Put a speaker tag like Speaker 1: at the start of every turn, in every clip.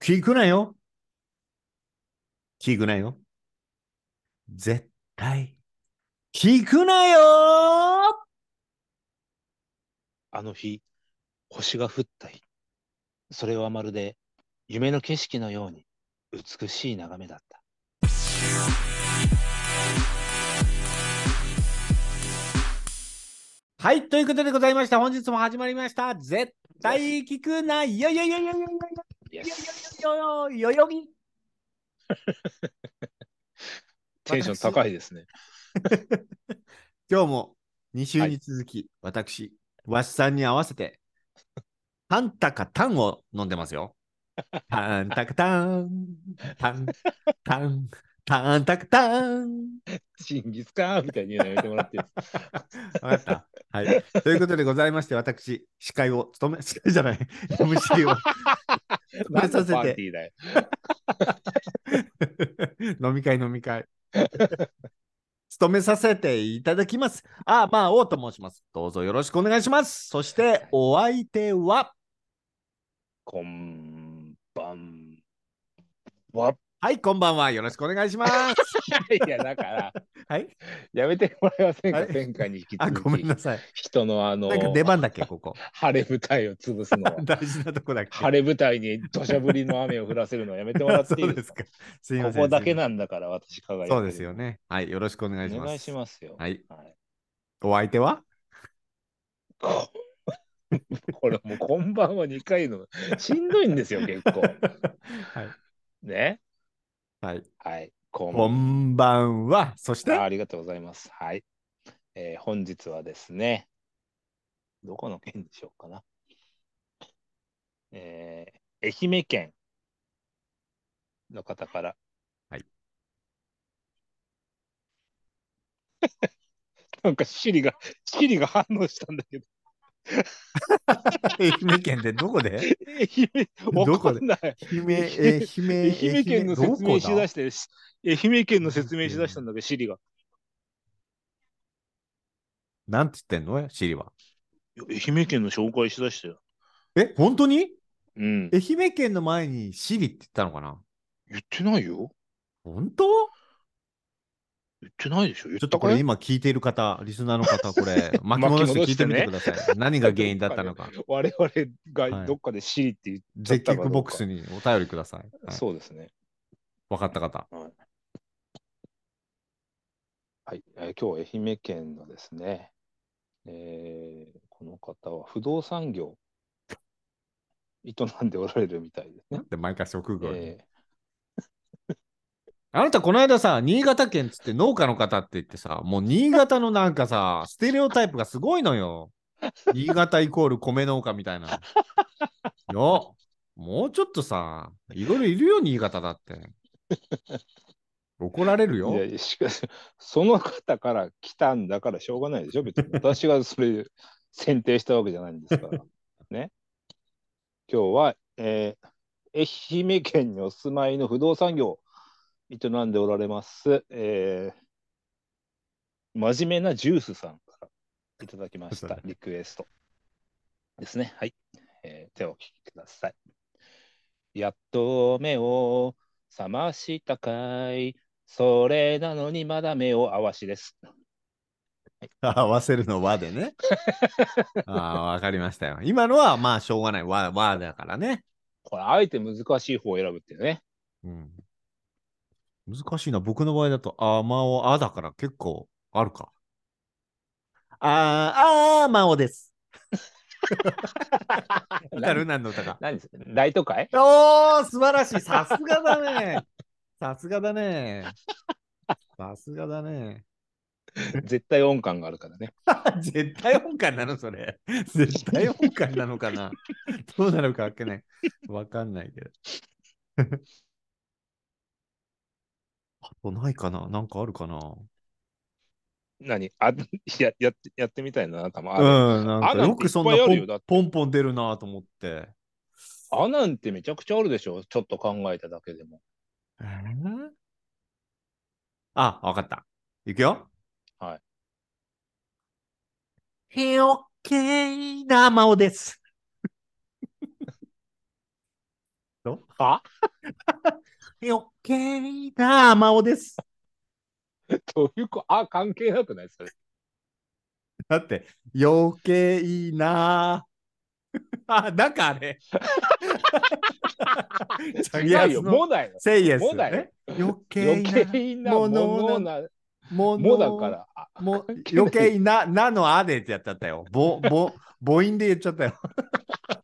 Speaker 1: 聞くなよ。聞くなよ。絶対。聞くなよ
Speaker 2: あの日、星が降った日。それはまるで夢の景色のように美しい眺めだった。
Speaker 1: はい、ということでございました。本日も始まりました。絶対聞くなよよよよよよよよ
Speaker 2: イエス
Speaker 1: よよよよぎ。
Speaker 2: テンション高いですね。
Speaker 1: 今日も2週
Speaker 2: は
Speaker 1: に
Speaker 2: い
Speaker 1: 続き、私、わしさんに合わせて、タンタカタンを飲んでますよ。タンタカタン、タン、タン、タンタカタン。
Speaker 2: チンギスカーンみたいに言うのやめてもらってい いですか
Speaker 1: わかった。はい。ということでございまして、私、司会を務め、司会じゃ ない、MC を
Speaker 2: 何の
Speaker 1: させ
Speaker 2: パーテ
Speaker 1: て、
Speaker 2: ィーだよ。
Speaker 1: 飲み会飲み会。務めさせていただきます。ああ、まあ、王と申します。どうぞよろしくお願いします。そして、お相手は、
Speaker 2: こんばんは。
Speaker 1: はい、こんばんは。よろしくお願いします。
Speaker 2: いや、だから、
Speaker 1: はい。
Speaker 2: やめてもらえません
Speaker 1: は
Speaker 2: か
Speaker 1: い
Speaker 2: 前回に引き
Speaker 1: あ、
Speaker 2: 続
Speaker 1: ごめん
Speaker 2: き、
Speaker 1: なさい。
Speaker 2: 人のあの、
Speaker 1: なんか出番だっけ、ここ。。
Speaker 2: 晴れ舞台を潰すのは
Speaker 1: 大事なとこだっけ。
Speaker 2: 晴れ舞台に土砂降りの雨を降らせるのはやめてもらってい
Speaker 1: そ
Speaker 2: いうで
Speaker 1: ですす
Speaker 2: か
Speaker 1: か。すいません。
Speaker 2: ここだけ
Speaker 1: すいま
Speaker 2: なんだから、私、
Speaker 1: せ
Speaker 2: 輝
Speaker 1: ん
Speaker 2: い
Speaker 1: そうですよね。はい、よろしくお願
Speaker 2: お
Speaker 1: いします。
Speaker 2: 願いしますよ。
Speaker 1: はい。
Speaker 2: はい
Speaker 1: お相手は
Speaker 2: ここれもうこんばんは2回のしんどいんで すよ結構
Speaker 1: はい。
Speaker 2: ね
Speaker 1: はい。
Speaker 2: はいこんば
Speaker 1: こ
Speaker 2: ん
Speaker 1: んばんは。そして、
Speaker 2: はありがとうございますはい、えー本日はですねどこの県でしょうかなえー愛媛県の方から
Speaker 1: はい
Speaker 2: なんかシリがシリが反応したんだけど
Speaker 1: 愛媛県でどこで
Speaker 2: 愛媛
Speaker 1: ど
Speaker 2: わか
Speaker 1: こで
Speaker 2: んない
Speaker 1: 姫、
Speaker 2: 愛
Speaker 1: えー、姫、
Speaker 2: 愛媛県の説明しだ
Speaker 1: し
Speaker 2: して、し愛媛県の説明しだしたんだけど、シリが。
Speaker 1: なんつってんのシリは。
Speaker 2: 愛媛県の紹介しだしたよ。
Speaker 1: え、本当に
Speaker 2: うん。
Speaker 1: 愛媛県の前にシリって言ったのかな
Speaker 2: 言ってないよ。
Speaker 1: 本当
Speaker 2: 言ってないでしょ。言っ
Speaker 1: ちょ
Speaker 2: た
Speaker 1: っとこれ今聞いてる方、リスナーの方、こ れ、巻き戻して聞いてみてください。何が原因だったのか。
Speaker 2: 我々
Speaker 1: は
Speaker 2: が
Speaker 1: い
Speaker 2: どっかでシリって言っちゃ
Speaker 1: 絶
Speaker 2: ったかどうか
Speaker 1: ッボックスにお便りください。はい、
Speaker 2: そうですね。
Speaker 1: 分かった方。
Speaker 2: はい。えー今日、愛媛県のですね、えーこの方は不動産業、営んでおられるみたいですね。
Speaker 1: で、毎回職業に、
Speaker 2: えー
Speaker 1: あなた、この間さ、新潟県っつって農家の方って言ってさ、もう新潟のなんかさ、ステレオタイプがすごいのよ。新潟イコール米農家みたいな。よもうちょっとさ、いろいろいるよ、新潟だって。怒られるよ
Speaker 2: い。やいやしかし、その方から来たんだからしょうがないでしょ、 別に。私がそれ選定したわけじゃないんですから。ね。今日は、えー愛媛県にお住まいの不動産業、営んでおられます、えー真面目なジュースさんからいただきまし
Speaker 1: そ
Speaker 2: た
Speaker 1: れ
Speaker 2: リクエストですね。はい。えー手をお聞きください。やっと目を覚ましたかい。それなのにまだ目を合わしです。
Speaker 1: 合わせるの和でね。ああ、わかりましたよ。今のはまあ、しょうがない。和和だからね。
Speaker 2: これ、あえて難しい方を選ぶっていうね。
Speaker 1: うん。難しいな。僕の場合だと、あまお、あだから結構あるか。あー、あーまおです。わかる何の歌か。
Speaker 2: 何です大都会
Speaker 1: おー、素晴らしい。さすがだね。さすがだね。さすがだね。
Speaker 2: 絶対音感があるからね。
Speaker 1: 絶対音感なのそれ。絶対音感なのかなどうなるかわけない。わかんないけど。 あとないかななんかあるかな
Speaker 2: 何 あややってやってみたいな、あなたも。あ,、
Speaker 1: うん、なんか
Speaker 2: あなんて
Speaker 1: よくそんない
Speaker 2: っぱいあ
Speaker 1: ポ
Speaker 2: るよ
Speaker 1: ン
Speaker 2: だって
Speaker 1: ポンポン出るなと思って。
Speaker 2: あなんてめちゃくちゃあるでしょ。ちょっと考えただけでも。
Speaker 1: えーあ、わかった。いくよ。。
Speaker 2: はい
Speaker 1: へおっ けーなまおです。
Speaker 2: あ
Speaker 1: 余計な真央です。
Speaker 2: どういうこあ、関係なくないそれ。
Speaker 1: だって、余計な。 あ、だからあ れ。 チャギア
Speaker 2: 違う
Speaker 1: ス
Speaker 2: よ、
Speaker 1: の
Speaker 2: もだよ。
Speaker 1: セイエス、
Speaker 2: もだよ
Speaker 1: ね。余計
Speaker 2: 余
Speaker 1: な。
Speaker 2: 計な
Speaker 1: も
Speaker 2: も
Speaker 1: の
Speaker 2: のな、
Speaker 1: も
Speaker 2: もだから。あ
Speaker 1: ら。も
Speaker 2: 関係ない
Speaker 1: 余計な、なのあでってやっちゃったよ。ぼ、ぼ、母音で言っちゃったよ。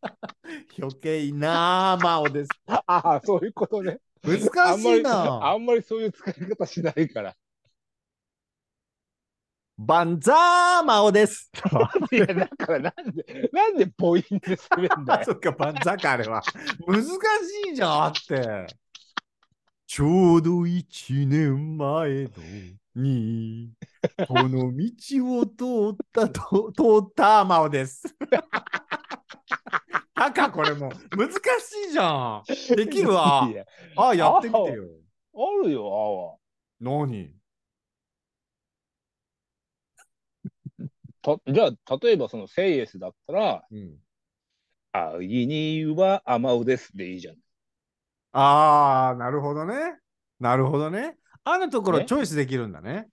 Speaker 1: 余計な真央です。
Speaker 2: あ、そういうことね。あ
Speaker 1: 難
Speaker 2: ん
Speaker 1: し
Speaker 2: ま
Speaker 1: い
Speaker 2: り、
Speaker 1: な
Speaker 2: あ。んまりそういう使い方しないから。
Speaker 1: バンザー真央です。
Speaker 2: いや、だからなんで、なんで母音で攻めんだ
Speaker 1: あ、
Speaker 2: よ。
Speaker 1: そっか、万歳か、あれは。難しいじゃん、あって。ちょうど一年前のに、この道を通ったと、 通った真央です。 たか、これも。難しいじゃん。できるわ
Speaker 2: い。や
Speaker 1: あ、やってみてよ。
Speaker 2: あるよ、青は。
Speaker 1: 何
Speaker 2: たじゃあ、例えばそのセイエスだったら、
Speaker 1: うん、
Speaker 2: あ、いにはあまうですでいいじゃん。
Speaker 1: ああ、なるほどね。なるほどね。あのところ
Speaker 2: ね
Speaker 1: チョイスできるんだね。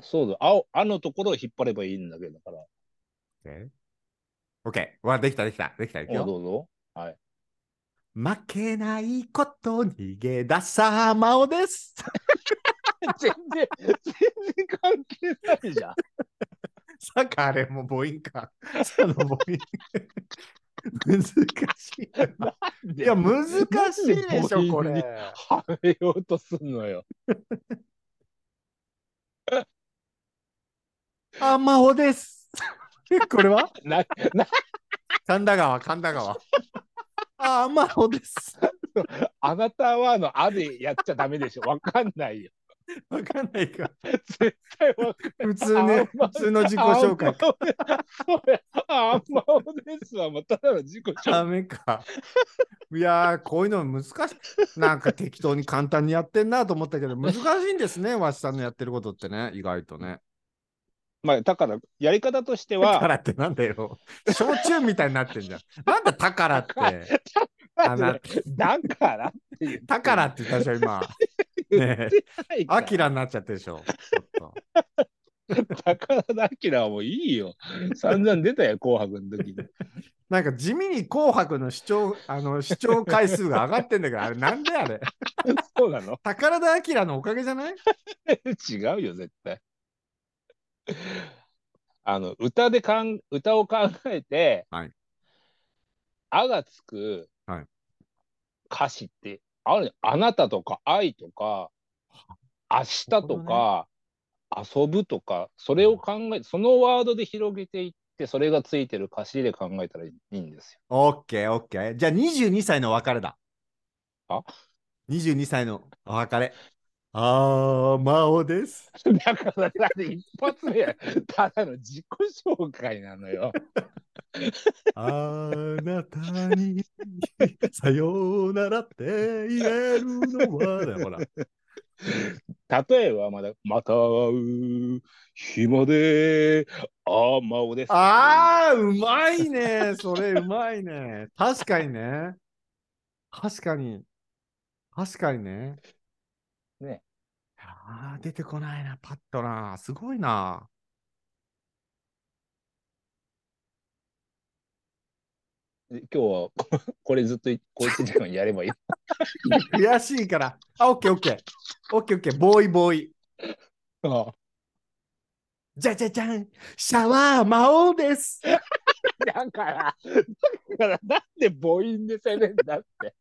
Speaker 2: そうだ、あおあのところを引っ張ればいいんだけど、だから。
Speaker 1: オッケー。わ、できた、できた、できた。いく
Speaker 2: お
Speaker 1: よ。
Speaker 2: どうぞ。はい。
Speaker 1: 負けないこと逃げ出さまおです。
Speaker 2: 全然、全然関係ないじゃん。
Speaker 1: さっきあれも母音か。その母音。難しい。
Speaker 2: い
Speaker 1: いや、難しいでしょ、これ。。
Speaker 2: はめようとすんのよ。
Speaker 1: あまおです。 これは
Speaker 2: な、な、
Speaker 1: 神田川、神田川。あまおです。
Speaker 2: あなたはのあでやっちゃダメでしょ。わかんないよ。
Speaker 1: わかんないか。
Speaker 2: 絶対わかん
Speaker 1: 普通ね、
Speaker 2: あま
Speaker 1: 普通の自己紹介。
Speaker 2: あんまそれ、あんまおですわ。まあただの自己紹介。
Speaker 1: ダメか。いやー、こういうの難しい。なんか適当に簡単にやってんなと思ったけど、難しいんですね、わしさんのやってることってね、意外とね。
Speaker 2: まあ、だから、やり方として
Speaker 1: だか
Speaker 2: は、
Speaker 1: らってなんだよ。焼酎みたいになってんじゃん。なんだ、宝って。あな
Speaker 2: だからっていう。
Speaker 1: 宝って言ったでしょ、 今。
Speaker 2: 言ってないから。
Speaker 1: アキラになっちゃってるでしょ。ちょっと
Speaker 2: 高田明はもういいよ。散々出たよ、紅白の時に。
Speaker 1: なんか地味に紅白の視聴 あの視聴回数が上がってんだけど、あれなんであれ
Speaker 2: そうなの
Speaker 1: 宝田明のおかげじゃない
Speaker 2: 違うよ、絶対。あの、歌でかん、歌を考えて、
Speaker 1: はい
Speaker 2: あがつく
Speaker 1: はい
Speaker 2: 歌詞って、あるあなたとか、愛とか、明日
Speaker 1: なる
Speaker 2: と
Speaker 1: ほ
Speaker 2: か、遊ぶとか、それを考え、そのワードで広げていって、それがついてる歌詞で考えたらいいんですよ。
Speaker 1: オッケーオッケー。じゃあ22歳の別れだ。
Speaker 2: あ
Speaker 1: ?22 歳のお別れ。あー、真央です。
Speaker 2: だから、だって一発目や、ただの自己紹介なのよ。
Speaker 1: あなたにさようならって言えるのはだよほら。
Speaker 2: 例えば、まだ、また会う日まで、あまおです。
Speaker 1: あー、うまいね。それうまいね。確かにね。確かに。確かにね。
Speaker 2: ね。
Speaker 1: あー、出てこないな、パッとな。すごいな。
Speaker 2: 今日はこ、これずっとい、こう1時間や ればいい。
Speaker 1: 悔しいから。あ、オッケーオッケー。オッケーオッケー。ボーイボーイ。
Speaker 2: あ
Speaker 1: じゃじゃじゃん。シャワー魔王です。
Speaker 2: だから、だから、なんで母音でせめんだ って。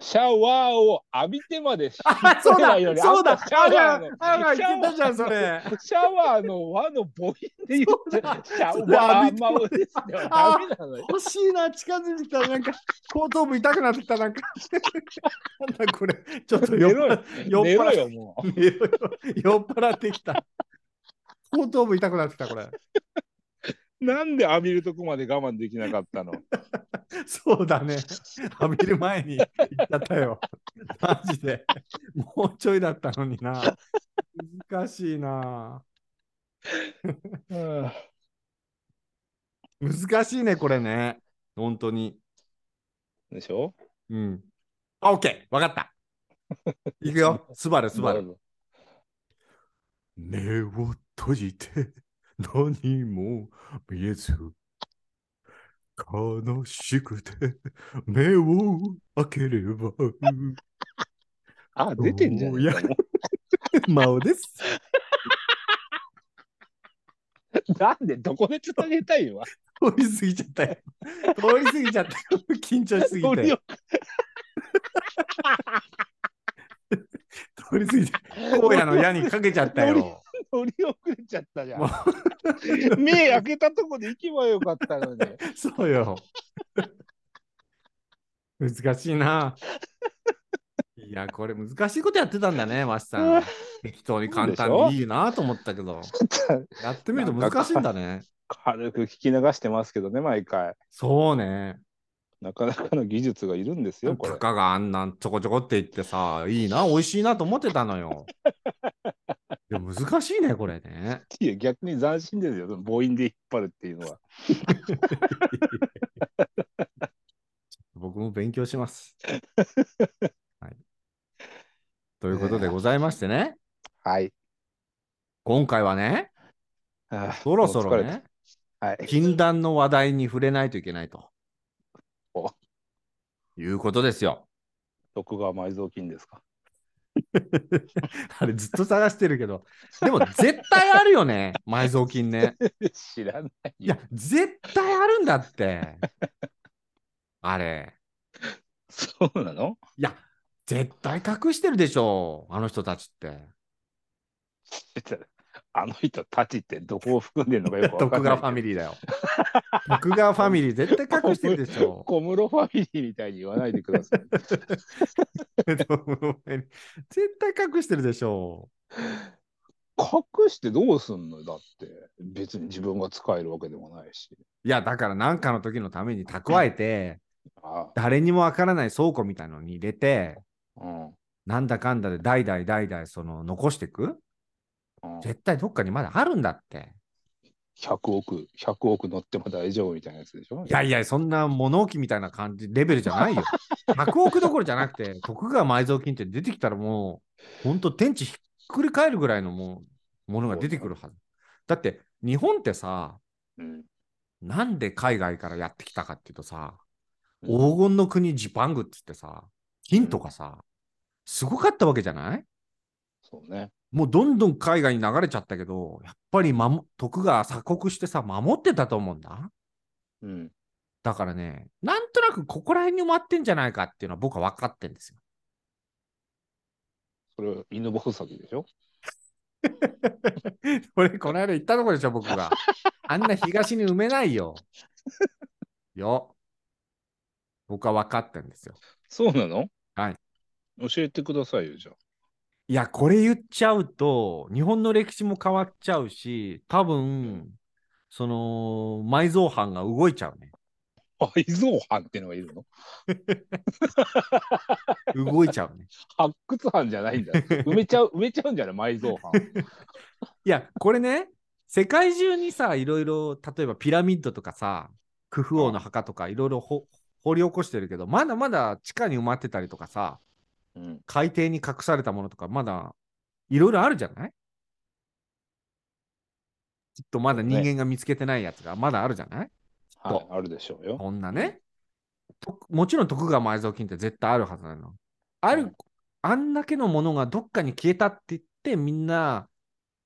Speaker 2: シャワーを浴びてまでし
Speaker 1: あ、そうだ。そうだ。
Speaker 2: シャ
Speaker 1: あ
Speaker 2: ワー
Speaker 1: ら
Speaker 2: の、
Speaker 1: あら、い
Speaker 2: シャワー
Speaker 1: け
Speaker 2: の
Speaker 1: たじゃん、それ。
Speaker 2: シャワーの輪の母音で言っ
Speaker 1: そう
Speaker 2: ちゃ
Speaker 1: だ
Speaker 2: う。シャ
Speaker 1: それ浴
Speaker 2: ワー
Speaker 1: びて
Speaker 2: 魔
Speaker 1: ま
Speaker 2: 王
Speaker 1: で
Speaker 2: ですよ。ダメなのよ。
Speaker 1: 欲しいな、近づいてきた。なんか、後頭部痛くなってきた。なんか、 なんだこれ。ちょっと酔っ
Speaker 2: 寝ろ
Speaker 1: 払っ。酔っ
Speaker 2: よ寝ろ
Speaker 1: 払っ
Speaker 2: よ、もう。
Speaker 1: 寝ろよ 酔っ払ってきた。後頭部痛くなってきた、これ。
Speaker 2: なんで浴びるとこまで我慢できなかったの
Speaker 1: そうだね。浴びる前に行っちゃったよ。マジで。もうちょいだったのにな。難しいな。
Speaker 2: うん
Speaker 1: 難しいね、これね。本当に。
Speaker 2: でしょ
Speaker 1: うん。オッケー、わかった。いくよ。スバル、スバル。
Speaker 2: どうぞ
Speaker 1: 目を閉じて 何も見えず悲しくて 目を開ければ
Speaker 2: あ、出てんじゃん。
Speaker 1: いや 真央です
Speaker 2: なんでどこでつなげたいわ。
Speaker 1: 通り過ぎちゃったよ通り過ぎちゃったよ緊張しすぎ
Speaker 2: 俺
Speaker 1: て
Speaker 2: よ
Speaker 1: 通り過ぎちゃった荒野の矢にかけちゃったよ
Speaker 2: 乗り遅れちゃったじゃ
Speaker 1: も
Speaker 2: ん。 目開けたとこで行けばよかったのに。
Speaker 1: そうよ難しいないやこれ難しいことやってたんだねマシさん適当に簡単にいいなと思ったけどやってみると難しいんだね。
Speaker 2: 軽く聞き流してますけどね、毎回。
Speaker 1: そうね。
Speaker 2: なかなかの技術がいるんですよ、こ
Speaker 1: た
Speaker 2: れ。
Speaker 1: かがあんなんちょこちょこって言ってさ、いい な、美味しいなと思ってたのよ。でも難しいね、これね。
Speaker 2: いや、逆に斬新ですよ、その母音で引っ張るっていうのは。
Speaker 1: 僕も勉強し ます。はい、ということでございましてね、
Speaker 2: はい。
Speaker 1: 今回はね、
Speaker 2: ああ
Speaker 1: そろそ
Speaker 2: も
Speaker 1: ろ
Speaker 2: う疲れ
Speaker 1: ね、
Speaker 2: たはい。
Speaker 1: 禁断の話題に触れないといけないと。
Speaker 2: お
Speaker 1: いうことですよ。
Speaker 2: 徳川埋蔵金ですか。
Speaker 1: あれずっと探してるけど、でも絶対あるよね、埋蔵金ね。
Speaker 2: 知らない
Speaker 1: い
Speaker 2: よ
Speaker 1: や。、絶対あるんだ って。あれ。
Speaker 2: そうなの
Speaker 1: いや、絶対隠してるでしょう、あの人たちって。
Speaker 2: あの人たちってどこを含んでるのかよくわか
Speaker 1: 徳
Speaker 2: んない
Speaker 1: 川ファミリーだよ。徳川ファミリー絶対隠してるでしょ
Speaker 2: 小室ファミリーみたいに言わないでください。
Speaker 1: う。絶対隠してるでしょ
Speaker 2: 隠してどうすんのだって別に自分が使えるわけでもないし。
Speaker 1: う。いや、だから何かの時のために蓄えて、
Speaker 2: あ
Speaker 1: 誰にもわからない倉庫みたいのに入れて、
Speaker 2: あ、うん。うん
Speaker 1: なんだかんだで代々代々その残していく絶対どっかにまだあるんだって。
Speaker 2: 100億、100億乗っても大丈夫みたいなやつでしょ
Speaker 1: いやいや、そんな物置みたいな感じ、レベルじゃない よ。100億どころじゃなくて、徳川埋蔵金って出てきたらもう、ほんと天地ひっくり返るぐらいのもうものが出てくるはず。だって、日本ってさ、
Speaker 2: うん
Speaker 1: なんで海外からやってきたかっていうとさ、
Speaker 2: うん
Speaker 1: 黄金の国ジパングっつってさ、金とかさ、すごかったわけじゃない
Speaker 2: そうね。
Speaker 1: もうどんどん海外に流れちゃったけど、やっぱり守徳川鎖国してさ、守ってたと思うんだ。
Speaker 2: うん。
Speaker 1: だからね、なんとなくここら辺に埋まってんじゃないかっていうのは僕は分かってんですよ。
Speaker 2: それ、犬吠埼でしょ
Speaker 1: 俺、この間行ったとこでしょ、僕 が。あんな東に埋めないよ。 よ。僕は分かってんですよ。
Speaker 2: そうなの
Speaker 1: はい。
Speaker 2: 教えてくださいよ、じゃあ。
Speaker 1: いや、これ言っちゃうと、日本の歴史も変わっちゃうし、多分、その、埋蔵犯が動いちゃうね。
Speaker 2: 埋蔵藩ってのがいるの
Speaker 1: 動いちゃうね。
Speaker 2: 発掘藩じゃないんだ。埋めちゃう、埋めちゃうんじゃない埋蔵藩。
Speaker 1: いや、これね、世界中にさ、いろいろ、例えばピラミッドとかさ、クフ王の墓とか、いろいろほ掘り起こしてるけど、まだまだ地下に埋まってたりとかさ、
Speaker 2: うん。
Speaker 1: 海底に隠されたものとか、まだいろいろあるじゃないきっとまだ人間が見つけてないやつがまだあるじゃない、
Speaker 2: は
Speaker 1: そ
Speaker 2: い、あるでしょうよ。
Speaker 1: こんなね。ともちろん徳川埋蔵金って絶対あるはずなの。ある、
Speaker 2: うん
Speaker 1: あんだけのものがどっかに消えたって言ってみんな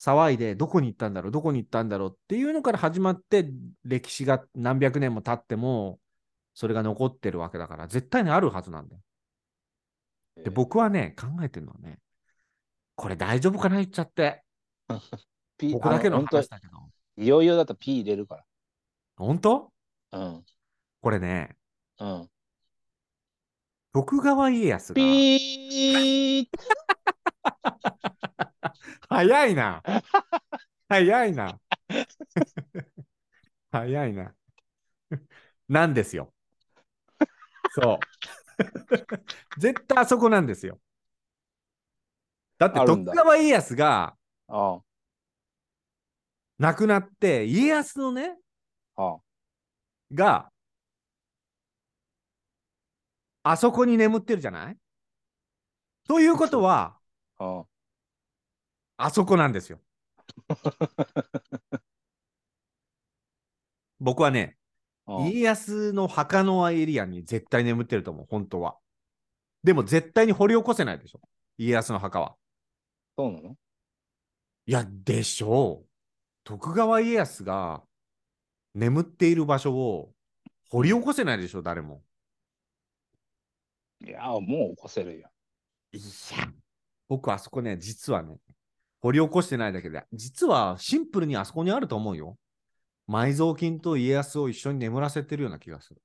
Speaker 1: 騒いでどこに行ったんだろうどこに行ったんだろうっていうのから始まって歴史が何百年も経ってもそれが残ってるわけだから絶対にあるはずなんだよ。で僕はね考えてるのはねこれ大丈夫かな言っちゃって
Speaker 2: ピ
Speaker 1: 僕だけの
Speaker 2: あ本
Speaker 1: 話だけど
Speaker 2: 当いよいよだと P 入れるか
Speaker 1: 本当
Speaker 2: ら。うん。
Speaker 1: これね
Speaker 2: うん。
Speaker 1: 徳川家康が
Speaker 2: ピー
Speaker 1: 早いな。早いな。早いな。なんですよ。そう。絶対あそこなんですよ。だって
Speaker 2: あるん
Speaker 1: 徳
Speaker 2: だ
Speaker 1: 川家康が
Speaker 2: あ
Speaker 1: 亡くなって、家康のね、
Speaker 2: あ、ああ。
Speaker 1: があそこに眠ってるじゃないということは、
Speaker 2: あ
Speaker 1: あそこなんですよ。 僕はね、
Speaker 2: あ
Speaker 1: 家康の墓のエリアに絶対眠ってると思う、本当は。でも絶対に掘り起こせないでしょ、家康の墓は。
Speaker 2: そうなの
Speaker 1: いや、でしょう。徳川家康が眠っている場所を掘り起こせないでしょ、誰も。
Speaker 2: いやー、もう起こせるよ。
Speaker 1: いや、僕あそこね、実はね、掘り起こしてないだけで、実はシンプルにあそこにあると思うよ。埋蔵金と家康を一緒に眠らせてるような気がする。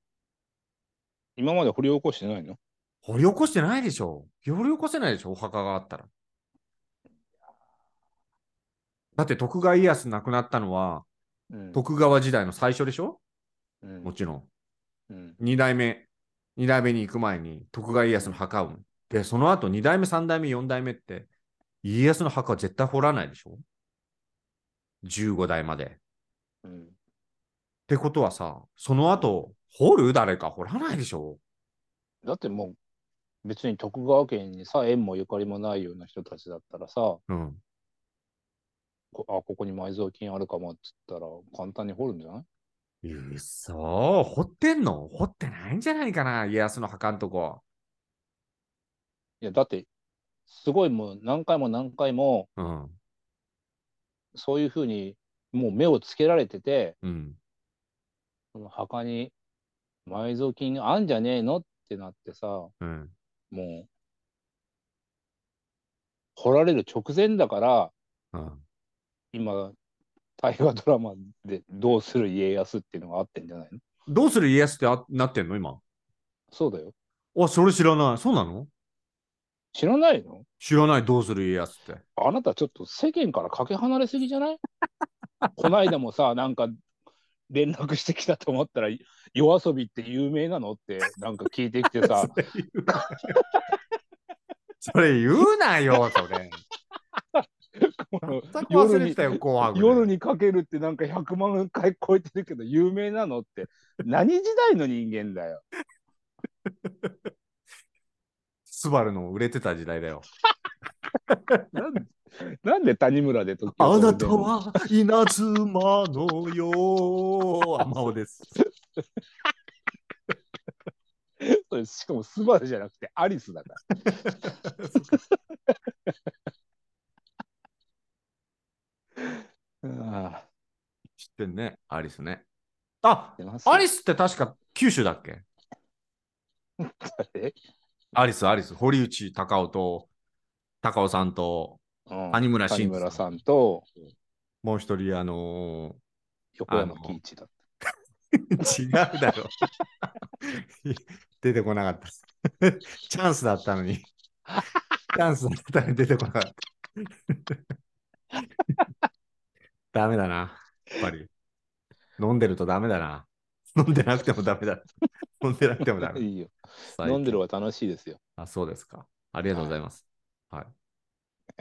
Speaker 2: 今まで掘り起こしてないの
Speaker 1: 掘り起こしてないでしょ。掘り起こせないでしょ、お墓があったら。だって徳川家康亡くなったのは、
Speaker 2: うん
Speaker 1: 徳川時代の最初でしょ
Speaker 2: うん
Speaker 1: もちろん。
Speaker 2: うん
Speaker 1: 二代目、二代目に行く前に徳川家康の墓を。で、その後二代目、三代目、四代目って、家康の墓は絶対掘らないでしょ ?15 代まで。っ
Speaker 2: うん
Speaker 1: てことはさ、その後、掘る誰か掘らないでしょ
Speaker 2: だってもう別に徳川家にさ縁もゆかりもないような人たちだったらさこ
Speaker 1: うん。
Speaker 2: あここに埋蔵金あるかもっつったら簡単に掘るんじゃない
Speaker 1: いうそ掘ってんの掘ってないんじゃないかな家康の墓んとこ。
Speaker 2: いやだってすごいもう何回も何回も
Speaker 1: うん。
Speaker 2: そういうふうにもう目をつけられてて
Speaker 1: うん。
Speaker 2: その墓に埋蔵金あんじゃねえのってなってさも
Speaker 1: うん。
Speaker 2: う掘られる直前だから
Speaker 1: うん。
Speaker 2: 今大河ドラマで「どうする家康」っていうのがあってんじゃないの
Speaker 1: どうする家康ってあなってんの今。
Speaker 2: そうだよ
Speaker 1: あ、それ知らない。そうなの
Speaker 2: 知らないの
Speaker 1: 知らない。どうする家康って。
Speaker 2: あなたちょっと世間からかけ離れすぎじゃないこないだもさなんか連絡してきたと思ったら「夜遊びって有名なの?」ってなんか聞いてきてさ
Speaker 1: それ言うなよ、それ。
Speaker 2: この
Speaker 1: 全く忘れ
Speaker 2: 夜
Speaker 1: て
Speaker 2: に
Speaker 1: たよ、紅白で。
Speaker 2: 夜にかけるってなんか100万回超えてるけど有名なのって何時代の人間だよ。
Speaker 1: スバルの売れてた時代だよ。
Speaker 2: なんでなんで谷村で時を
Speaker 1: あ
Speaker 2: 止
Speaker 1: な
Speaker 2: めて
Speaker 1: た
Speaker 2: んの
Speaker 1: は稲妻のよ。あまおです。
Speaker 2: それしかもスバルじゃなくてアリス だから。あ
Speaker 1: 知ってんね、アリスね。あ
Speaker 2: あ出ます
Speaker 1: アリスって確か九州だっけ
Speaker 2: え
Speaker 1: アリス、アリス。堀内孝雄と、孝雄さんと、
Speaker 2: うん
Speaker 1: 谷村新司
Speaker 2: 谷村さんと
Speaker 1: もう一人、あの
Speaker 2: 横山喜一だっ
Speaker 1: ー違うだろ。出てこなかった。チャンスだったのに。チャンスだったのに出てこなかった。ダメだな。やっぱり。飲んでるとダメだな。飲んでなくてもダメだ。飲んでなくてもダ
Speaker 2: た。
Speaker 1: メ。
Speaker 2: いいよ。飲んでるは楽しいですよ。
Speaker 1: あ、そうですか。ありがとうございます。はい。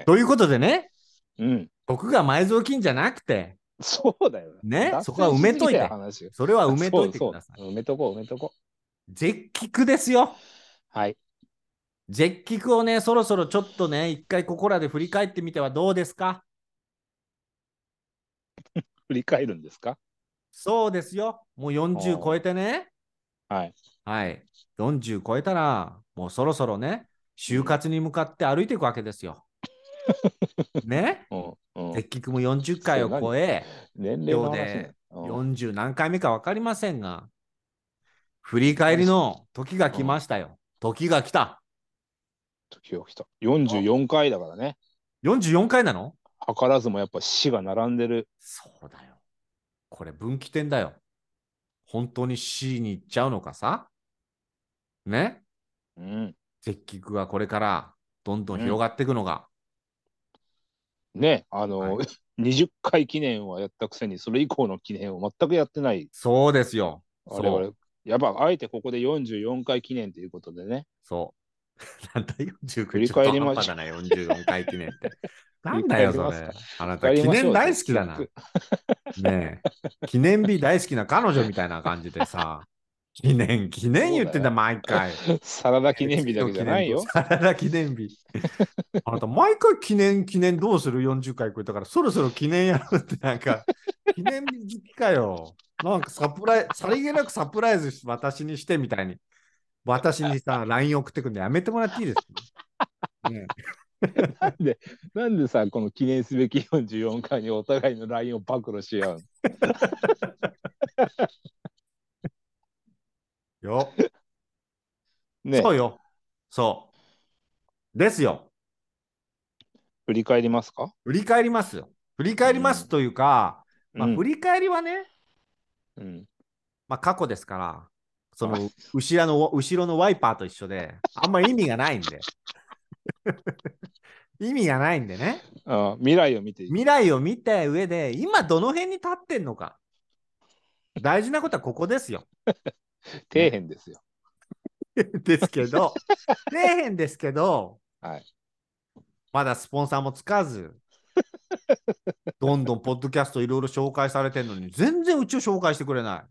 Speaker 1: ということでね、
Speaker 2: うん。
Speaker 1: 僕が埋蔵金じゃなくて、
Speaker 2: そうだよ。
Speaker 1: ね
Speaker 2: 脱線
Speaker 1: そこは埋めといて
Speaker 2: しすぎだよ話
Speaker 1: それは埋めといてください。
Speaker 2: そうそう埋めとこう、埋めとこ
Speaker 1: 絶菊ですよ。
Speaker 2: う。はい。
Speaker 1: 絶菊をね、そろそろちょっとね、一回ここらで振り返ってみてはどうですか
Speaker 2: 振り返るんですか
Speaker 1: そうですよ。もう
Speaker 2: お
Speaker 1: 40
Speaker 2: ー
Speaker 1: 超えてね。
Speaker 2: はい。
Speaker 1: はい。40超えたら、もうそろそろね、就活に向かって歩いていくわけですよ。ね
Speaker 2: うん。うん
Speaker 1: 絶、菊も40回を超え、
Speaker 2: 年齢の話ね。うん
Speaker 1: 40何回目か分かりませんが、振り返りの時が来ましたよ。時が来た。
Speaker 2: 時を来た。44回だからね。
Speaker 1: 44回なの
Speaker 2: 図らずもやっぱ死が並んでる。
Speaker 1: そうだよ。これ分岐点だよ。本当に C に行っちゃうのかさ。ね
Speaker 2: うん。
Speaker 1: 絶菊がこれからどんどん広がっていくのが。
Speaker 2: ねあの、
Speaker 1: は
Speaker 2: 20回記念はやったくせに、それ以降の記念を全くやってない。
Speaker 1: そうですよ。
Speaker 2: 我
Speaker 1: そ
Speaker 2: 々
Speaker 1: う。、
Speaker 2: やっぱあえてここで44回記念ということでね。
Speaker 1: そう。 なんだ49
Speaker 2: 振り返りまし
Speaker 1: ちょっと半端だな、44回記念って。 なんだよ、そ
Speaker 2: 振り
Speaker 1: れ
Speaker 2: 返りま。
Speaker 1: あなた、
Speaker 2: やり
Speaker 1: 記
Speaker 2: ましょ
Speaker 1: 念
Speaker 2: う
Speaker 1: 大好きだな。ねえ。記念日大好きな彼女みたいな感じでさ、記念、記念言ってんだ、
Speaker 2: そうだよ
Speaker 1: 毎回。
Speaker 2: サラダ記念日だけじ ゃないよ。
Speaker 1: サラダ記念 日。あなた、毎回記念、記念どうする ?40 回超えたから、そろそろ記念やるって、なんか、 記念日好きかよ。なんかサプライ、さりげなくサプライズし私にしてみたいに、私にさ、LINE 送ってくるのやめてもらっていいですか、ね
Speaker 2: なんでさ、この記念すべき44回にお互いの LINE を暴露し合うの
Speaker 1: えよ、
Speaker 2: ね
Speaker 1: そうよ。そう。ですよ。
Speaker 2: 振り返りますか、
Speaker 1: 振り返りますよ。振り返りますというか、まあ、
Speaker 2: うん
Speaker 1: 振り返りはね、
Speaker 2: うん、
Speaker 1: まあ、過去ですから、その後ろの後ろのワイパーと一緒で、あんまり意味がないんで。 意味がないんでね。
Speaker 2: あ未来を見ていく
Speaker 1: 未来を見た上で、今どの辺に立ってんのか。大事なことはここですよ。
Speaker 2: 底辺ですよ。
Speaker 1: ですけど、底辺ですけど、
Speaker 2: はい
Speaker 1: まだスポンサーもつかず、どんどんポッドキャストいろいろ紹介されてるのに、全然うちを紹介してくれな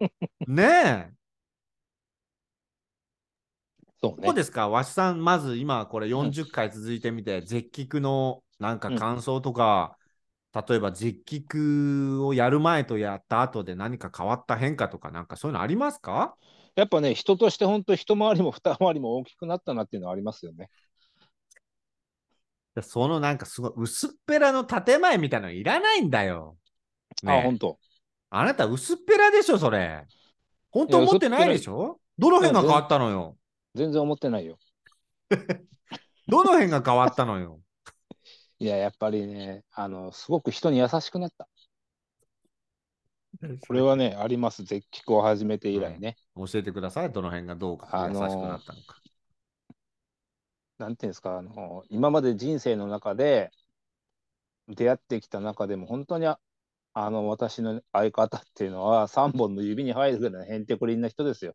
Speaker 1: い。ねえ。
Speaker 2: そうね。
Speaker 1: どうですか、わしさん、まず今、これ40回続いてみて、絶菊のなんか感想とか、例えば絶菊をやる前とやった後で何か変わった変化とか、なんかそういうのありますか
Speaker 2: やっぱね、人として本当一回りも二回りも大きくなったなっていうのはありますよね。
Speaker 1: でそのなんかすごい薄っぺらの建前みたいなのいらないんだよ。
Speaker 2: あ、
Speaker 1: ね
Speaker 2: 本当。
Speaker 1: あなた薄っぺらでしょ、それ。本当思ってないでしょどの辺が変わったのよ
Speaker 2: 全然思ってないよ。
Speaker 1: どの辺が変わったの よ
Speaker 2: いや、やっぱりね、あの、すごく人に優しくなった。これはね、あります。絶菊を始めて以来ね。
Speaker 1: 教えてください、どの辺がどうか
Speaker 2: あ
Speaker 1: 優しく
Speaker 2: のー
Speaker 1: なったのか。
Speaker 2: なんていうんですか、あの、今まで人生の中で、出会ってきた中でも、本当にあ、あの、私の相方っていうのは、3本の指に入るぐらいのへんてこりんな人ですよ。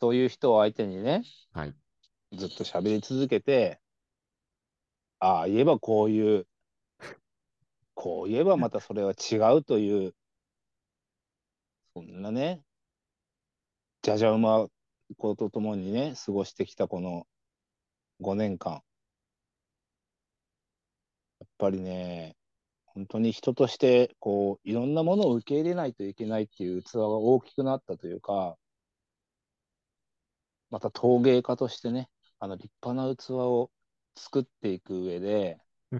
Speaker 2: そういう人を相手にね、
Speaker 1: はい
Speaker 2: ずっと喋り続けて、ああ、言えばこういう、こう言えばまたそれは違うという、そんなね、じゃじゃ馬ことともにね、過ごしてきたこの5年間。やっぱりね、本当に人として、こう、いろんなものを受け入れないといけないっていう器が大きくなったというか、また陶芸家としてね、あの立派な器を作っていく上で
Speaker 1: うん、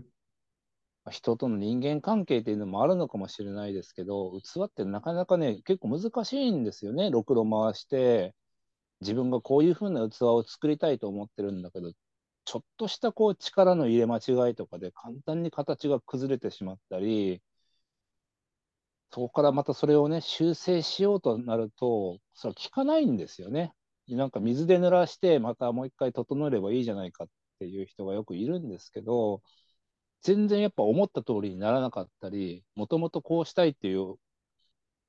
Speaker 2: まあ人との人間関係っていうのもあるのかもしれないですけど、器ってなかなかね、結構難しいんですよね。ろくろ回して、自分がこういう風な器を作りたいと思ってるんだけど、ちょっとしたこう力の入れ間違いとかで簡単に形が崩れてしまったり、そこからまたそれをね、修正しようとなると、それは効かないんですよね。なんか水で濡らして、またもう一回整えればいいじゃないかっていう人がよくいるんですけど、全然やっぱ思った通りにならなかったり、もともとこうしたいっていう、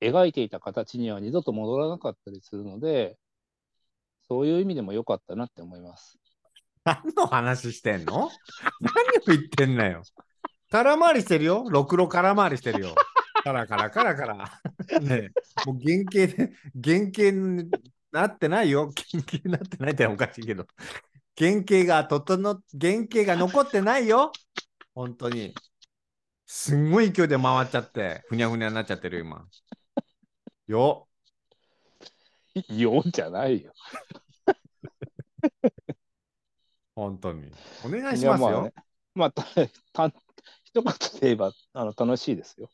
Speaker 2: 描いていた形には二度と戻らなかったりするので、そういう意味でも良かったなって思います。
Speaker 1: 何の話してんの何を言ってんのよ。空回りしてるよ。ろくろ空回りしてるよ。カラカラカラカラ。ねえもう原型で、原型になってないよ。原型になってないってのはおかしいけど。原型が整っ、原型が残ってないよ。本当に。すんごい勢いで回っちゃって、ふにゃふにゃになっちゃってるよ今。よ。
Speaker 2: よじゃないよ。
Speaker 1: 本当に。お願いします
Speaker 2: いやまあ
Speaker 1: よ
Speaker 2: ね。まあ、た た一言で言えばあの楽しいですよ。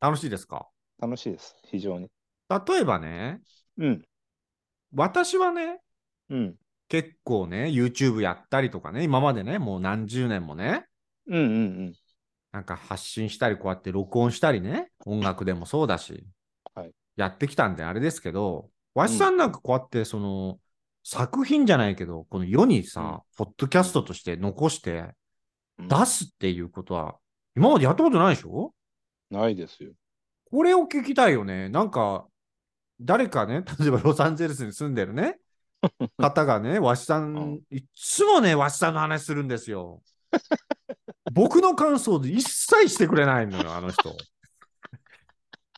Speaker 1: 楽しいですか
Speaker 2: 楽しいです。非常に。
Speaker 1: 例えばね、
Speaker 2: うん。
Speaker 1: 私はね、
Speaker 2: うん。
Speaker 1: 結構ね、YouTube やったりとかね、今までね、もう何十年もね、
Speaker 2: うんうん
Speaker 1: なんか発信したり、こうやって録音したりね、音楽でもそうだし、
Speaker 2: はい
Speaker 1: やってきたんであれですけど、わしさんなんかこうやって、その、作品じゃないけど、この世にさ、ポッドキャストとして残して
Speaker 2: うん。
Speaker 1: 出すっていうことは、今までやったことないでしょ
Speaker 2: ないですよ。
Speaker 1: これを聞きたいよね。なんか、誰かね、 例えばロサンゼルスに住んでる ね、方がね、わしさ
Speaker 2: うんん、
Speaker 1: いっつもね、わしさんの話するんです よ。 僕の感想で一切してくれないのよ、あの人。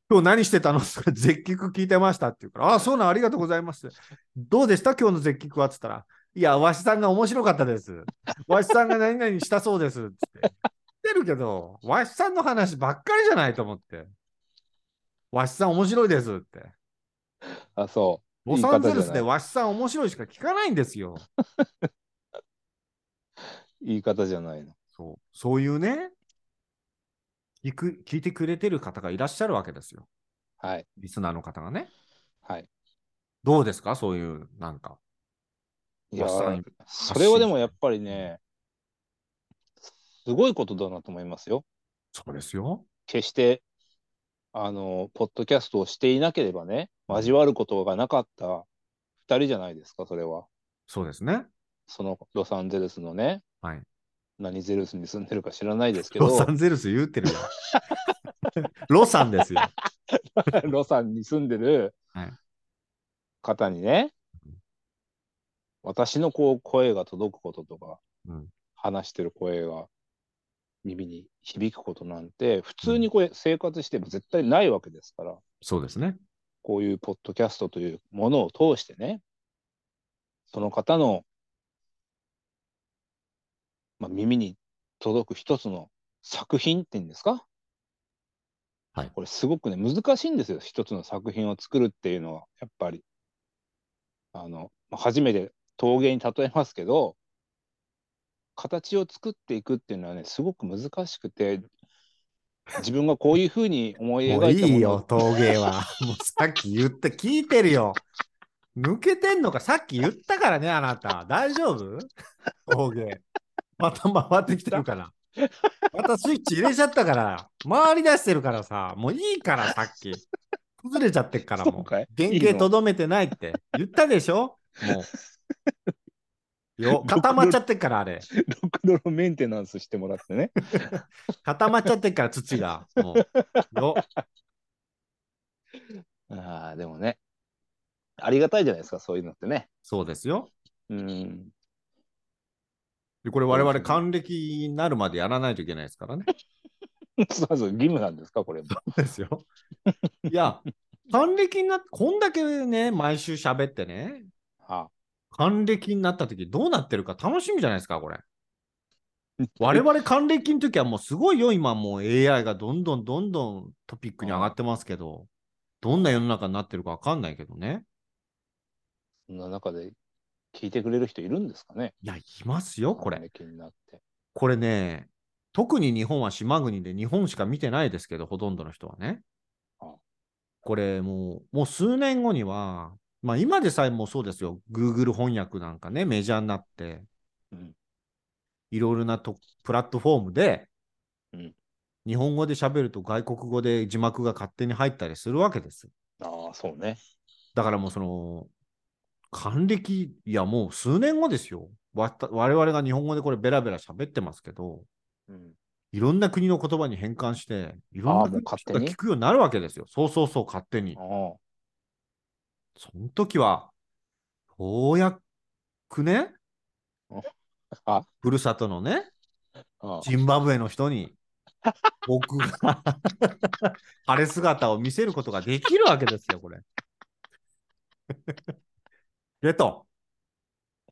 Speaker 1: 今日何してたのって言ったら絶菊聞いてましたって言うから、ああ、そうなん、ありがとうございます。どうでした今日の絶菊はって言ったら、いや、わしさんが面白かったです。わしさんが何々したそうです。って言って。言ってるけど、わしさんの話ばっかりじゃないと思って。わしさん面白いですって。
Speaker 2: あ、そ
Speaker 1: ロサンゼルス
Speaker 2: 言い方じ
Speaker 1: で
Speaker 2: ゃ
Speaker 1: わしさん面白いしか聞かないんですよ。
Speaker 2: う。言い方じゃないの。
Speaker 1: そうそういうね聞く、聞いてくれてる方がいらっしゃるわけですよ。
Speaker 2: はい。
Speaker 1: リスナーの方がね。
Speaker 2: はい。
Speaker 1: どうですかそういう、なんか。
Speaker 2: いや
Speaker 1: わしさん
Speaker 2: ー、それはでもやっぱりね、すごいことだなと思いますよ。
Speaker 1: そうですよ。
Speaker 2: 決して、あの、ポッドキャストをしていなければね、交わることがなかった二人じゃないですか、それは。
Speaker 1: そうですね。
Speaker 2: そのロサンゼルスのね、
Speaker 1: はい。
Speaker 2: 何ゼルスに住んでるか知らないですけど、
Speaker 1: ロサンゼルス言うてるよ。 ロサンですよ。
Speaker 2: ロサンに住んでる
Speaker 1: はい
Speaker 2: 方にね
Speaker 1: うん、
Speaker 2: 私のこう声が届くこととか、
Speaker 1: うん
Speaker 2: 話してる声が耳に響くことなんて、普通にこれ生活しても絶対ないわけですから、
Speaker 1: そうですね。
Speaker 2: こういうポッドキャストというものを通してね、その方の、まあ、耳に届く一つの作品っていうんですか、
Speaker 1: はい
Speaker 2: これすごくね、難しいんですよ、一つの作品を作るっていうのは、やっぱり。あの、まあ初めて陶芸に例えますけど、形を作っていくっていうのはね、すごく難しくて、自分がこういうふうに思い
Speaker 1: も
Speaker 2: 描
Speaker 1: う
Speaker 2: いたもの
Speaker 1: いいよ、陶芸 は。もうさっき言った、聞いてるよ。抜けてんのか、さっき言ったからね、あなた。大丈夫陶芸。また回ってきてるから。またスイッチ入れちゃったから。回り出してるからさ、もういいから、さっき。崩れちゃってっから、
Speaker 2: そ
Speaker 1: も
Speaker 2: う
Speaker 1: う。
Speaker 2: かい
Speaker 1: 原
Speaker 2: いい
Speaker 1: 型
Speaker 2: の
Speaker 1: とどめてないって。言ったでしょもう。よ、固まっちゃってっから、あれ。
Speaker 2: ろくどろメンテナンスしてもらってね。
Speaker 1: 固まっちゃってっから、土が。もう。よ。
Speaker 2: ああ、でもね、ありがたいじゃないですか、そういうのってね。
Speaker 1: そうですよ。
Speaker 2: うん。
Speaker 1: でこれ我々還暦になるまでやらないといけないですからね。
Speaker 2: そうそう、義務なんですか、これも。
Speaker 1: ですよ。いや、還暦になって、こんだけね、毎週喋ってね、
Speaker 2: は
Speaker 1: 還暦になった時どうなってるか楽しみじゃないですか、これ。我々還暦の時はもうすごいよ、今もう AI がどんどんどんどんトピックに上がってますけど、どんな世の中になってるかわかんないけどね。
Speaker 2: そんな中で聞いてくれる人いるんですかね、
Speaker 1: いや、いますよ、これ。
Speaker 2: 還暦になって。
Speaker 1: これね、特に日本は島国で日本しか見てないですけど、ほとんどの人はね
Speaker 2: あ。
Speaker 1: これもう、もう数年後には、まあ今でさえもうそうですよ、Google 翻訳なんかね、メジャーになって、
Speaker 2: うん。
Speaker 1: いろいろなとプラットフォームで、
Speaker 2: うん
Speaker 1: 日本語で喋ると外国語で字幕が勝手に入ったりするわけです。
Speaker 2: ああ、そうね。
Speaker 1: だからもうその、還暦、いやもう数年後ですよ。わた我々が日本語でこれベラベラ喋ってますけど、
Speaker 2: うん。
Speaker 1: いろんな国の言葉に変換して、いろん
Speaker 2: あ
Speaker 1: な
Speaker 2: ーもう
Speaker 1: 国の
Speaker 2: 勝手
Speaker 1: 人が
Speaker 2: に
Speaker 1: 聞くようになるわけですよ。そうそうそう、勝手に
Speaker 2: あ。あ、
Speaker 1: その時は、ようやくね
Speaker 2: あ、
Speaker 1: ふるさとのね、
Speaker 2: ああ
Speaker 1: ジンバブエの人 に、僕が晴れ姿を見せることができるわけですよ、こ れ。でと、